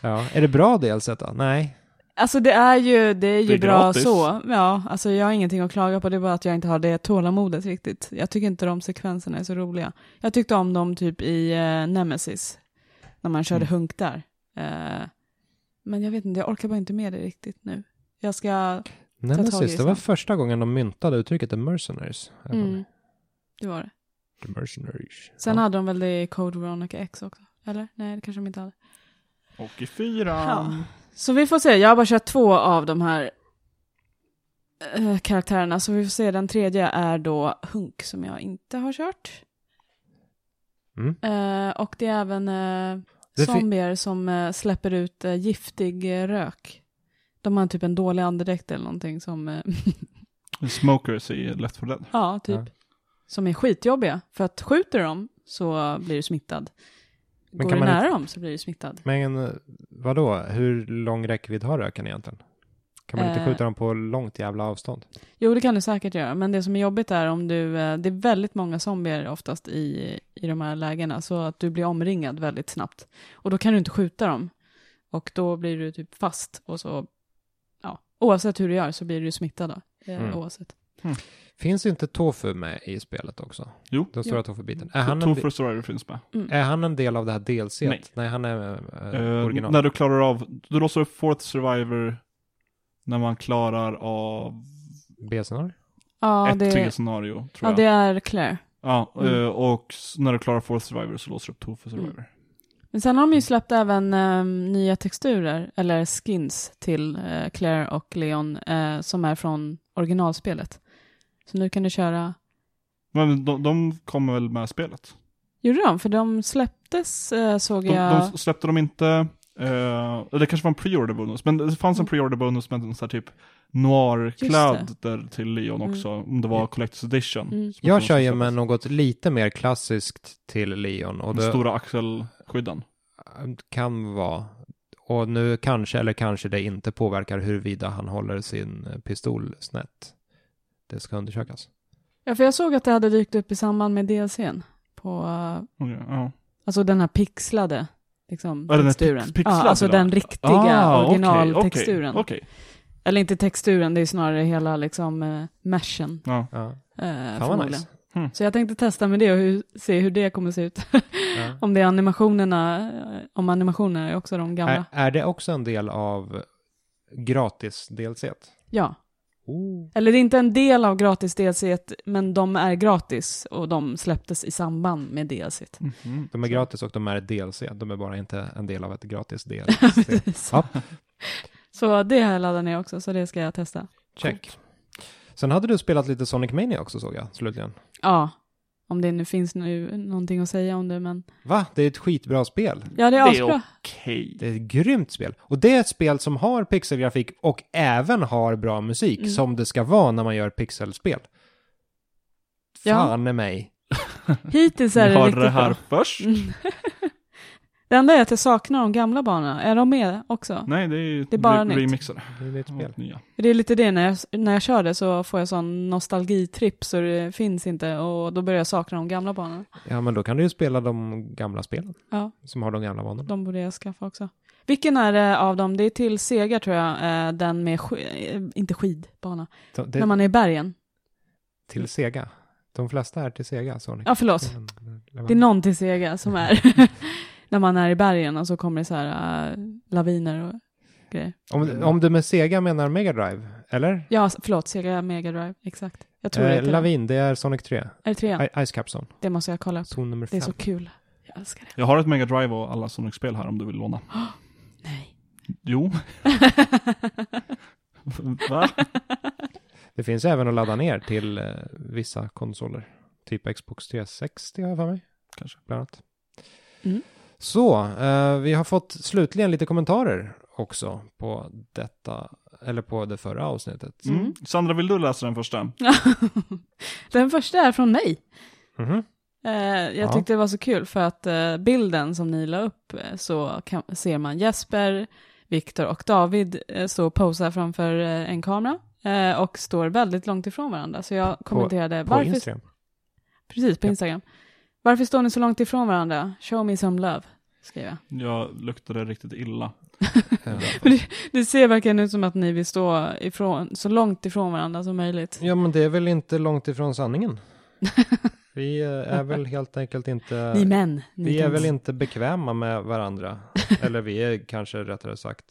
Speaker 1: Ja, är det bra delset då? Nej.
Speaker 3: Alltså det är ju, det är ju
Speaker 2: Det är
Speaker 3: bra
Speaker 2: gratis.
Speaker 3: så. Ja, alltså jag har ingenting att klaga på, det är bara att jag inte har det tålamodet riktigt. Jag tycker inte de sekvenserna är så roliga. Jag tyckte om dem typ i eh, Nemesis, när man körde
Speaker 2: Mm.
Speaker 3: hunk där. Eh, men jag vet inte, jag orkar bara inte med det riktigt nu. Jag ska, tag i
Speaker 1: Nemesis,
Speaker 3: det
Speaker 1: det var
Speaker 3: sen.
Speaker 1: första gången de myntade uttrycket The Mercenaries.
Speaker 3: mm, det var det.
Speaker 1: The Mercenaries.
Speaker 3: Sen
Speaker 1: ja.
Speaker 3: hade de väl det i Code Veronica X också? Eller? Nej, det kanske de inte hade.
Speaker 2: Och i fyran.
Speaker 3: Ja. Så vi får se, jag har bara kört två av de här eh, karaktärerna, så vi får se. Den tredje är då Hunk som jag inte har kört.
Speaker 1: Mm.
Speaker 3: Eh, och det är även eh,
Speaker 1: Det fi-
Speaker 3: zombier som eh, släpper ut eh, giftig eh, rök. De har typ en dålig andedräkt eller någonting som, eh,
Speaker 2: Smokers i Left 4 Dead.
Speaker 3: ja typ,
Speaker 1: Ja.
Speaker 3: som är skitjobbiga. För att skjuter dem så blir du smittad.
Speaker 1: Men
Speaker 3: Går
Speaker 1: kan
Speaker 3: du
Speaker 1: man
Speaker 3: nära
Speaker 1: inte-
Speaker 3: dem så blir du smittad.
Speaker 1: Men eh, vadå, hur lång räckvidd har röken egentligen? Kan man
Speaker 3: Eh.
Speaker 1: inte skjuta dem på långt jävla avstånd?
Speaker 3: Jo, det kan du säkert göra, men det som är jobbigt är om du, eh, det är väldigt många zombier oftast i, i de här lägena, så att du blir omringad väldigt snabbt. Och då kan du inte skjuta dem. Och då blir du typ fast och så, ja, oavsett hur du gör så blir du smittad då. eh,
Speaker 1: Mm.
Speaker 3: Oavsett.
Speaker 1: Finns inte Tofu med i spelet också?
Speaker 2: Jo.
Speaker 1: Den stora Tofu-biten. Är, han en
Speaker 2: Two
Speaker 1: de-
Speaker 2: for Survivor finns med.
Speaker 1: är han en del av det här DLC? t?
Speaker 2: Nej.
Speaker 1: Nej, han är eh,
Speaker 2: Eh,
Speaker 1: original.
Speaker 2: när du klarar av, du låser upp Fourth Survivor när man klarar av
Speaker 1: B-scenario?
Speaker 3: Ja,
Speaker 2: ett till
Speaker 3: det,
Speaker 2: scenario, tror
Speaker 3: ja,
Speaker 2: jag.
Speaker 3: det är Claire.
Speaker 2: Ja,
Speaker 3: Mm.
Speaker 2: eh, och s- när du klarar Fourth Survivor så låser du upp Two for Survivor.
Speaker 3: Men sen har de ju släppt även eh, nya texturer, eller skins, till eh, Claire och Leon, eh, som är från originalspelet. Så nu kan du köra
Speaker 2: Men de, de kommer väl med spelet?
Speaker 3: Gjorde de? För de släpptes eh, såg
Speaker 2: De,
Speaker 3: jag.
Speaker 2: de släppte de inte, eh, det kanske var en pre-order bonus, men det fanns en
Speaker 3: Mm.
Speaker 2: pre-order bonus med en sån här typ noir-kläder till Leon
Speaker 3: Mm.
Speaker 2: också, om det var Collector's Edition.
Speaker 3: Mm.
Speaker 2: som
Speaker 1: Jag
Speaker 2: också
Speaker 1: kör ju
Speaker 2: släpptes.
Speaker 1: med något lite mer klassiskt till Leon och
Speaker 2: De
Speaker 1: det
Speaker 2: stora axelskydden.
Speaker 1: kan vara och nu kanske eller kanske det inte påverkar huruvida han håller sin eh, pistol snett. Det ska undersökas.
Speaker 3: Ja, för jag såg att det hade dykt upp i samband med DLCn. På, eh,
Speaker 2: Okej, ja.
Speaker 3: alltså den här pixlade liksom,
Speaker 2: Ja, den är
Speaker 3: texturen.
Speaker 2: pix- pixlad
Speaker 3: ja, alltså
Speaker 2: idag.
Speaker 3: den riktiga
Speaker 2: Ah, okej,
Speaker 3: originaltexturen.
Speaker 2: Okej, okej.
Speaker 3: Eller inte texturen, det är snarare hela liksom, eh, meshen.
Speaker 2: Ja.
Speaker 1: Ja,
Speaker 3: Eh,
Speaker 1: fan vad
Speaker 3: förmodligen.
Speaker 1: nice.
Speaker 3: Så jag tänkte testa med det och hur, se hur det kommer se ut.
Speaker 1: Ja.
Speaker 3: om det är animationerna, eh, om animationerna är också de gamla.
Speaker 1: Är, är det också en del av gratis DLC?
Speaker 3: Ja.
Speaker 1: Oh.
Speaker 3: Eller det är inte en del av gratis DLC, men de är gratis och de släpptes i samband med DLC.
Speaker 2: Mhm.
Speaker 1: De är gratis och de är ett DLC. De är bara inte en del av ett gratis DLC.
Speaker 3: Så.
Speaker 1: Ja.
Speaker 3: så det har jag laddat ner också, så det ska jag testa.
Speaker 1: Check. Sen hade du spelat lite Sonic Mania också såg jag slutligen.
Speaker 3: Ja, om det nu finns nu någonting att säga om det, men
Speaker 1: Va? Det är ett skitbra spel.
Speaker 3: ja, det
Speaker 2: Det
Speaker 3: är
Speaker 2: är
Speaker 3: asbra.
Speaker 2: okej.
Speaker 1: Det är ett grymt spel. Och det är ett spel som har pixelgrafik och även har bra musik
Speaker 3: Mm.
Speaker 1: som det ska vara när man gör pixelspel.
Speaker 3: Ja.
Speaker 1: Fan i mig.
Speaker 3: Hittills är
Speaker 2: Vi
Speaker 3: det
Speaker 2: har
Speaker 3: riktigt
Speaker 2: det här
Speaker 3: bra. Mm.
Speaker 2: först.
Speaker 3: Det enda är att jag saknar de gamla banorna. Är de med också?
Speaker 2: Nej, det är,
Speaker 3: Det är bara
Speaker 2: re-
Speaker 3: nytt.
Speaker 2: remixade.
Speaker 1: Det är ett spel.
Speaker 2: Och Nya.
Speaker 3: För det är lite det, när jag, när jag kör det så får jag sån nostalgitripp så det finns inte och då börjar jag sakna de gamla banorna.
Speaker 1: Ja, men då kan du ju spela de gamla spelen
Speaker 3: Ja.
Speaker 1: som har de gamla banorna.
Speaker 3: De borde jag skaffa också. Vilken är det av dem? Det är till Sega tror jag, eh, den med, sk eh, inte skidbana,
Speaker 1: De- Det
Speaker 3: när
Speaker 1: är
Speaker 3: man är i bergen.
Speaker 1: till Sega. De flesta är till Sega, Sonic.
Speaker 3: Ja, förlåt. Det är någon till Sega som är när man är i bergen och så kommer det så här eh, laviner och grejer.
Speaker 1: Om, om du med Sega menar Mega Drive, eller?
Speaker 3: Ja, s- förlåt, Sega Mega Drive, exakt. Jag tror det
Speaker 1: eh,
Speaker 3: är till-
Speaker 1: Lavin, det är Sonic 3.
Speaker 3: Är det trean?
Speaker 1: I- Ice Cap Zone.
Speaker 3: Det måste jag kolla upp.
Speaker 1: Zon nummer 5.
Speaker 3: Det är så kul. Jag älskar det.
Speaker 2: Jag har ett Mega Drive och alla Sonic-spel här om du vill låna.
Speaker 3: Nej.
Speaker 2: Jo. Va?
Speaker 1: Det finns även att ladda ner till eh, vissa konsoler. Typ Xbox 360 har jag för mig.
Speaker 2: Kanske.
Speaker 1: Bland annat.
Speaker 3: Mm.
Speaker 1: Så, eh, vi har fått slutligen lite kommentarer också på detta, eller på det förra avsnittet.
Speaker 2: Mm. Sandra, vill du läsa den första?
Speaker 3: Den första är från mig.
Speaker 1: Mhm.
Speaker 3: Eh, jag
Speaker 1: Ja.
Speaker 3: tyckte det var så kul för att eh, bilden som ni la upp eh, så kan, ser man Jesper, Viktor och David eh, stå och posa framför eh, en kamera eh, och står väldigt långt ifrån varandra. Så jag kommenterade,
Speaker 1: På
Speaker 3: varför,
Speaker 1: Instagram.
Speaker 3: precis på
Speaker 1: Ja.
Speaker 3: Instagram, varför står ni så långt ifrån varandra? Show me some love, skrev jag.
Speaker 2: Jag luktade riktigt illa.
Speaker 1: Ja.
Speaker 3: Det ser verkligen ut som att ni vill stå ifrån, så långt ifrån varandra som möjligt.
Speaker 1: ja, men det är väl inte långt ifrån sanningen. Vi eh, är väl helt enkelt inte...
Speaker 3: Ni män, ni
Speaker 1: Eh, Vi är
Speaker 3: kan-
Speaker 1: väl inte bekväma med varandra. Eller vi är kanske rättare sagt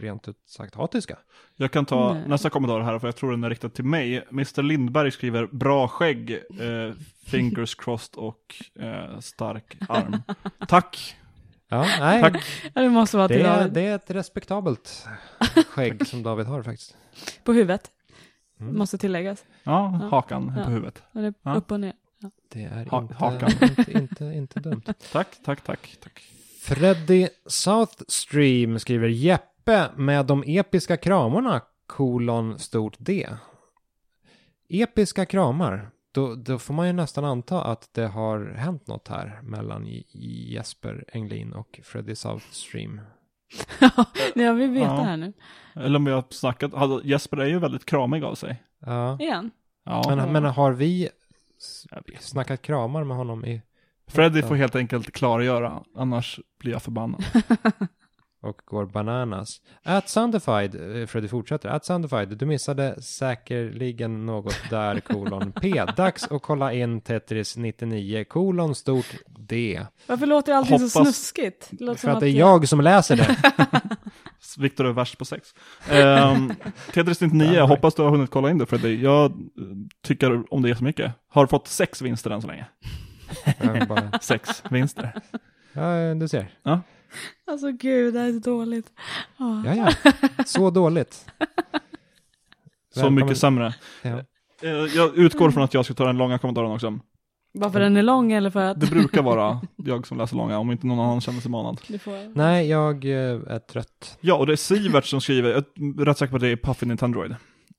Speaker 1: rent ut sagt hatiska.
Speaker 2: Jag kan ta
Speaker 3: Nej.
Speaker 2: nästa kommentar här, för jag tror den är riktad till mig. Mr Lindberg skriver bra skägg, eh, fingers crossed och eh, stark arm. Tack!
Speaker 1: Ja, nej.
Speaker 2: Tack.
Speaker 3: Ja, Det måste vara till
Speaker 1: Det är,
Speaker 3: David.
Speaker 1: det är ett respektabelt skägg som David har faktiskt.
Speaker 3: På huvudet,
Speaker 1: Mm.
Speaker 3: måste tilläggas.
Speaker 2: Ja,
Speaker 3: Ja.
Speaker 2: hakan
Speaker 3: Ja.
Speaker 2: på huvudet.
Speaker 3: Men det
Speaker 2: Ja.
Speaker 3: är Upp och ner.
Speaker 1: Det är
Speaker 2: Ha-
Speaker 1: inte,
Speaker 2: hakan.
Speaker 1: inte, inte, inte dumt.
Speaker 2: Tack, tack, tack. tack.
Speaker 1: Freddy Southstream skriver Jeppe med de episka kramarna, kolon stort D. Episka kramar, då, då får man ju nästan anta att det har hänt något här mellan J- Jesper Englin och Freddy Southstream.
Speaker 3: Ja, vi vet
Speaker 2: Ja.
Speaker 3: det här nu.
Speaker 2: Eller om vi har snackat, hade- Jesper är ju väldigt kramig av sig.
Speaker 1: Ja.
Speaker 3: Igen.
Speaker 2: Ja.
Speaker 1: Men, men har vi s-
Speaker 2: Jag vet.
Speaker 1: snackat kramar med honom i
Speaker 2: Freddy får helt enkelt klargöra, annars blir jag förbannad.
Speaker 1: och går bananas. At Sundified, eh, Freddy fortsätter. At Sundified, du missade säkerligen något där, kolon P. Dags att kolla in Tetris 99, kolon stort D.
Speaker 3: Varför låter allting så
Speaker 2: Hoppas-
Speaker 3: snuskigt? Det låter
Speaker 1: För
Speaker 3: som
Speaker 1: att det är jag som läser det.
Speaker 2: Viktor är värst på sex. Um, Tetris 99, jag hoppas du har hunnit kolla in det Freddy. Jag eh, tycker om det jättemycket. Har fått sex vinster än så länge.
Speaker 1: Jag bara,
Speaker 2: Sex vinster.
Speaker 1: ja, du ser.
Speaker 3: Alltså gud, det här är så dåligt. Ja.
Speaker 1: Ja, ja. Så dåligt.
Speaker 2: Så
Speaker 1: Välkommen.
Speaker 2: mycket sämre.
Speaker 1: Ja.
Speaker 2: Eh, Jag utgår från att jag ska ta den långa kommentaren också.
Speaker 3: Varför den är lång eller för att
Speaker 2: Det brukar vara jag som läser långa, om inte någon annan känner sig manad.
Speaker 3: du får...
Speaker 1: Nej, jag eh, är trött.
Speaker 2: Ja, och det är Sivert som skriver, jag är rätt säker på att det är Puffy Nintendroid,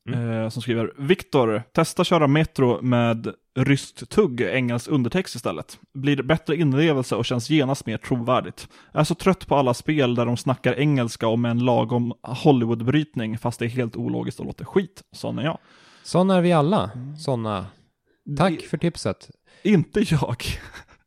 Speaker 1: Mm.
Speaker 2: eh, som skriver Viktor, testa köra Metro med ryskt tugg, engelsk undertext istället. Blir det bättre inlevelse och känns genast mer trovärdigt. Jag är så trött på alla spel där de snackar engelska och med en lagom Hollywood-brytning, fast det är helt ologiskt och låter skit. Sån är jag.
Speaker 1: Sådana är vi alla.
Speaker 2: Mm.
Speaker 1: Sådana. Tack för tipset.
Speaker 2: Inte jag.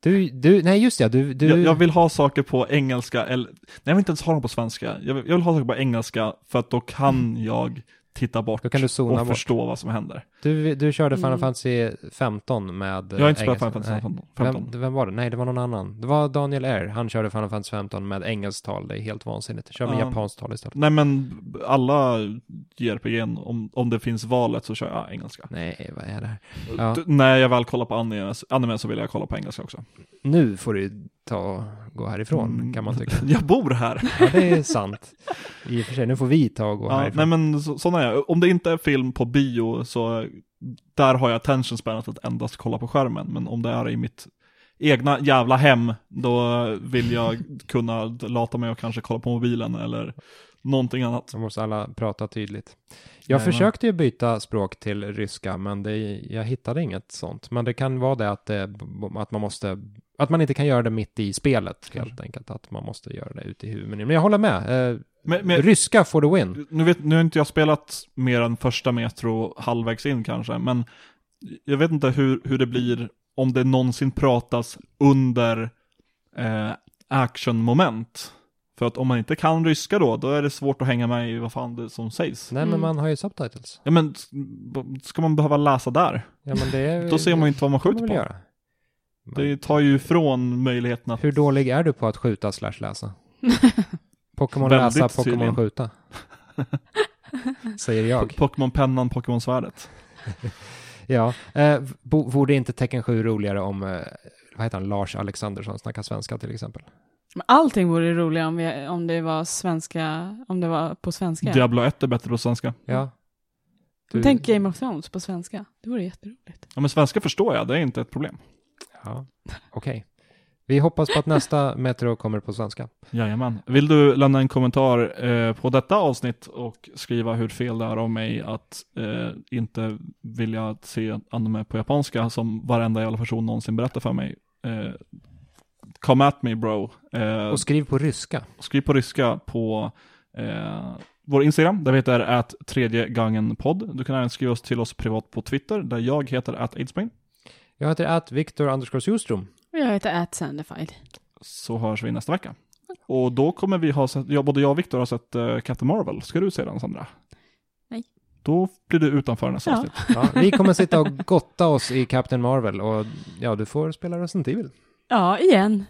Speaker 1: Du, du, nej just ja, du, du.
Speaker 2: Jag, jag vill ha saker på engelska, eller nej jag vill inte ens ha dem på svenska. Jag vill, jag vill ha saker på engelska för att då kan jag titta bort
Speaker 1: Då kan du
Speaker 2: och
Speaker 1: zona bort.
Speaker 2: förstå vad som händer.
Speaker 1: Du, du körde Final
Speaker 3: Mm.
Speaker 1: Fantasy 15 med... eh,
Speaker 2: Jag har inte spelat
Speaker 1: engelska.
Speaker 2: Final Fantasy
Speaker 1: Nej.
Speaker 2: 15. 15.
Speaker 1: Vem, vem var det? Nej, det var någon annan. Det var Daniel Air. Han körde Final Fantasy 15 med engelskt tal. Det är helt vansinnigt. Kör med
Speaker 2: Ja.
Speaker 1: japanskt tal istället.
Speaker 2: Nej men alla JRPG, om, om det finns valet så kör jag engelska.
Speaker 1: Nej, vad är det här? Ja.
Speaker 2: D- när jag väl kollar på anime, anime så vill jag kolla på engelska också.
Speaker 1: Nu får du ju ta och gå härifrån,
Speaker 2: Mm.
Speaker 1: kan man tycka.
Speaker 2: Jag bor här!
Speaker 1: Ja, det är sant. I och för sig, nu får vi ta och gå
Speaker 2: ja, nej
Speaker 1: härifrån.
Speaker 2: men så, sån är jag. Om det inte är film på bio så eh, där har jag attention spanet att endast kolla på skärmen. Men om det är i mitt egna jävla hem, då vill jag kunna lata mig och kanske kolla på mobilen eller någonting annat.
Speaker 1: Så måste alla prata tydligt. Jag
Speaker 2: Jajamän.
Speaker 1: försökte ju byta språk till ryska, men det, jag hittade inget sånt. Men det kan vara det att, det att man måste, att man inte kan göra det mitt i spelet helt enkelt, att man måste göra det ute i huvudmenyn. Men jag håller med, eh,
Speaker 2: Men, men,
Speaker 1: ryska for the win.
Speaker 2: nu, vet, nu har inte jag spelat mer än första metro halvvägs in kanske, men jag vet inte hur, hur det blir om det någonsin pratas under eh, actionmoment. För att om man inte kan ryska då, då är det svårt att hänga med i vad fan det är som sägs.
Speaker 1: Nej, men
Speaker 3: Mm.
Speaker 1: man har ju subtitles.
Speaker 2: Ja men, s- b- ska man behöva läsa där?
Speaker 1: Ja, men det är,
Speaker 2: Då ser man ju inte vad man
Speaker 1: det kan
Speaker 2: skjuter
Speaker 1: väl
Speaker 2: på.
Speaker 1: göra. Men
Speaker 2: Det tar ju ifrån möjligheten att...
Speaker 1: Hur dålig är du på att skjuta slash läsa? Pokémon
Speaker 2: Väldigt
Speaker 1: läsa, Pokémon
Speaker 2: tydligen.
Speaker 1: skjuta. Säger jag.
Speaker 2: Pokémon-pennan, Pokémon-svärdet.
Speaker 1: Ja, eh, bo- vore inte Tecken 7 roligare om, eh, vad heter han, Lars Alexandersson snackar svenska till exempel?
Speaker 2: Mm.
Speaker 3: Men allting vore roligare om, vi, om det var svenska, om det var på svenska.
Speaker 2: Diablo 1 är bättre på svenska.
Speaker 1: Ja.
Speaker 3: Men Tänk Game of Thrones på svenska. Det vore jätteroligt.
Speaker 2: Ja, men svenska förstår jag, det är inte ett problem.
Speaker 1: Ja, okej. Vi hoppas på att nästa Metro kommer på svenska.
Speaker 2: Jajamän. Vill du lämna en kommentar eh, på detta avsnitt och skriva hur fel det är av mig att eh, inte vilja se anime på japanska som varenda jävla person någonsin berättar för mig? Eh, come at me bro. Eh,
Speaker 1: Och skriv på ryska.
Speaker 2: skriv på ryska på eh, vår Instagram, där vi heter att tredje gången podd. Du kan även skriva oss till oss privat på Twitter, där jag heter att aidsbrain.
Speaker 1: Jag heter att Viktor Anderskors Ljungström.
Speaker 3: Och jag heter At Sandified.
Speaker 2: Så hörs vi nästa vecka. Och då kommer vi ha sett, ja, både jag och Viktor har sett eh, Captain Marvel. Ska du se den Sandra?
Speaker 3: Nej.
Speaker 2: Då blir du utanför nästa
Speaker 3: Ja.
Speaker 2: avsnitt.
Speaker 1: Ja, vi kommer sitta och gotta oss i Captain Marvel och ja, du får spela Resident Evil.
Speaker 3: Ja, igen.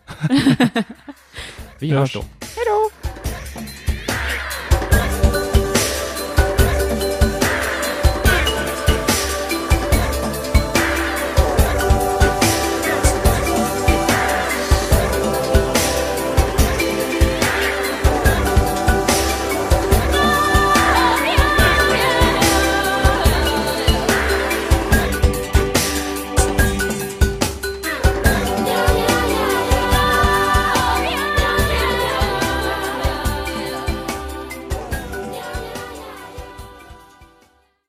Speaker 1: Vi hörs då.
Speaker 3: Hej då!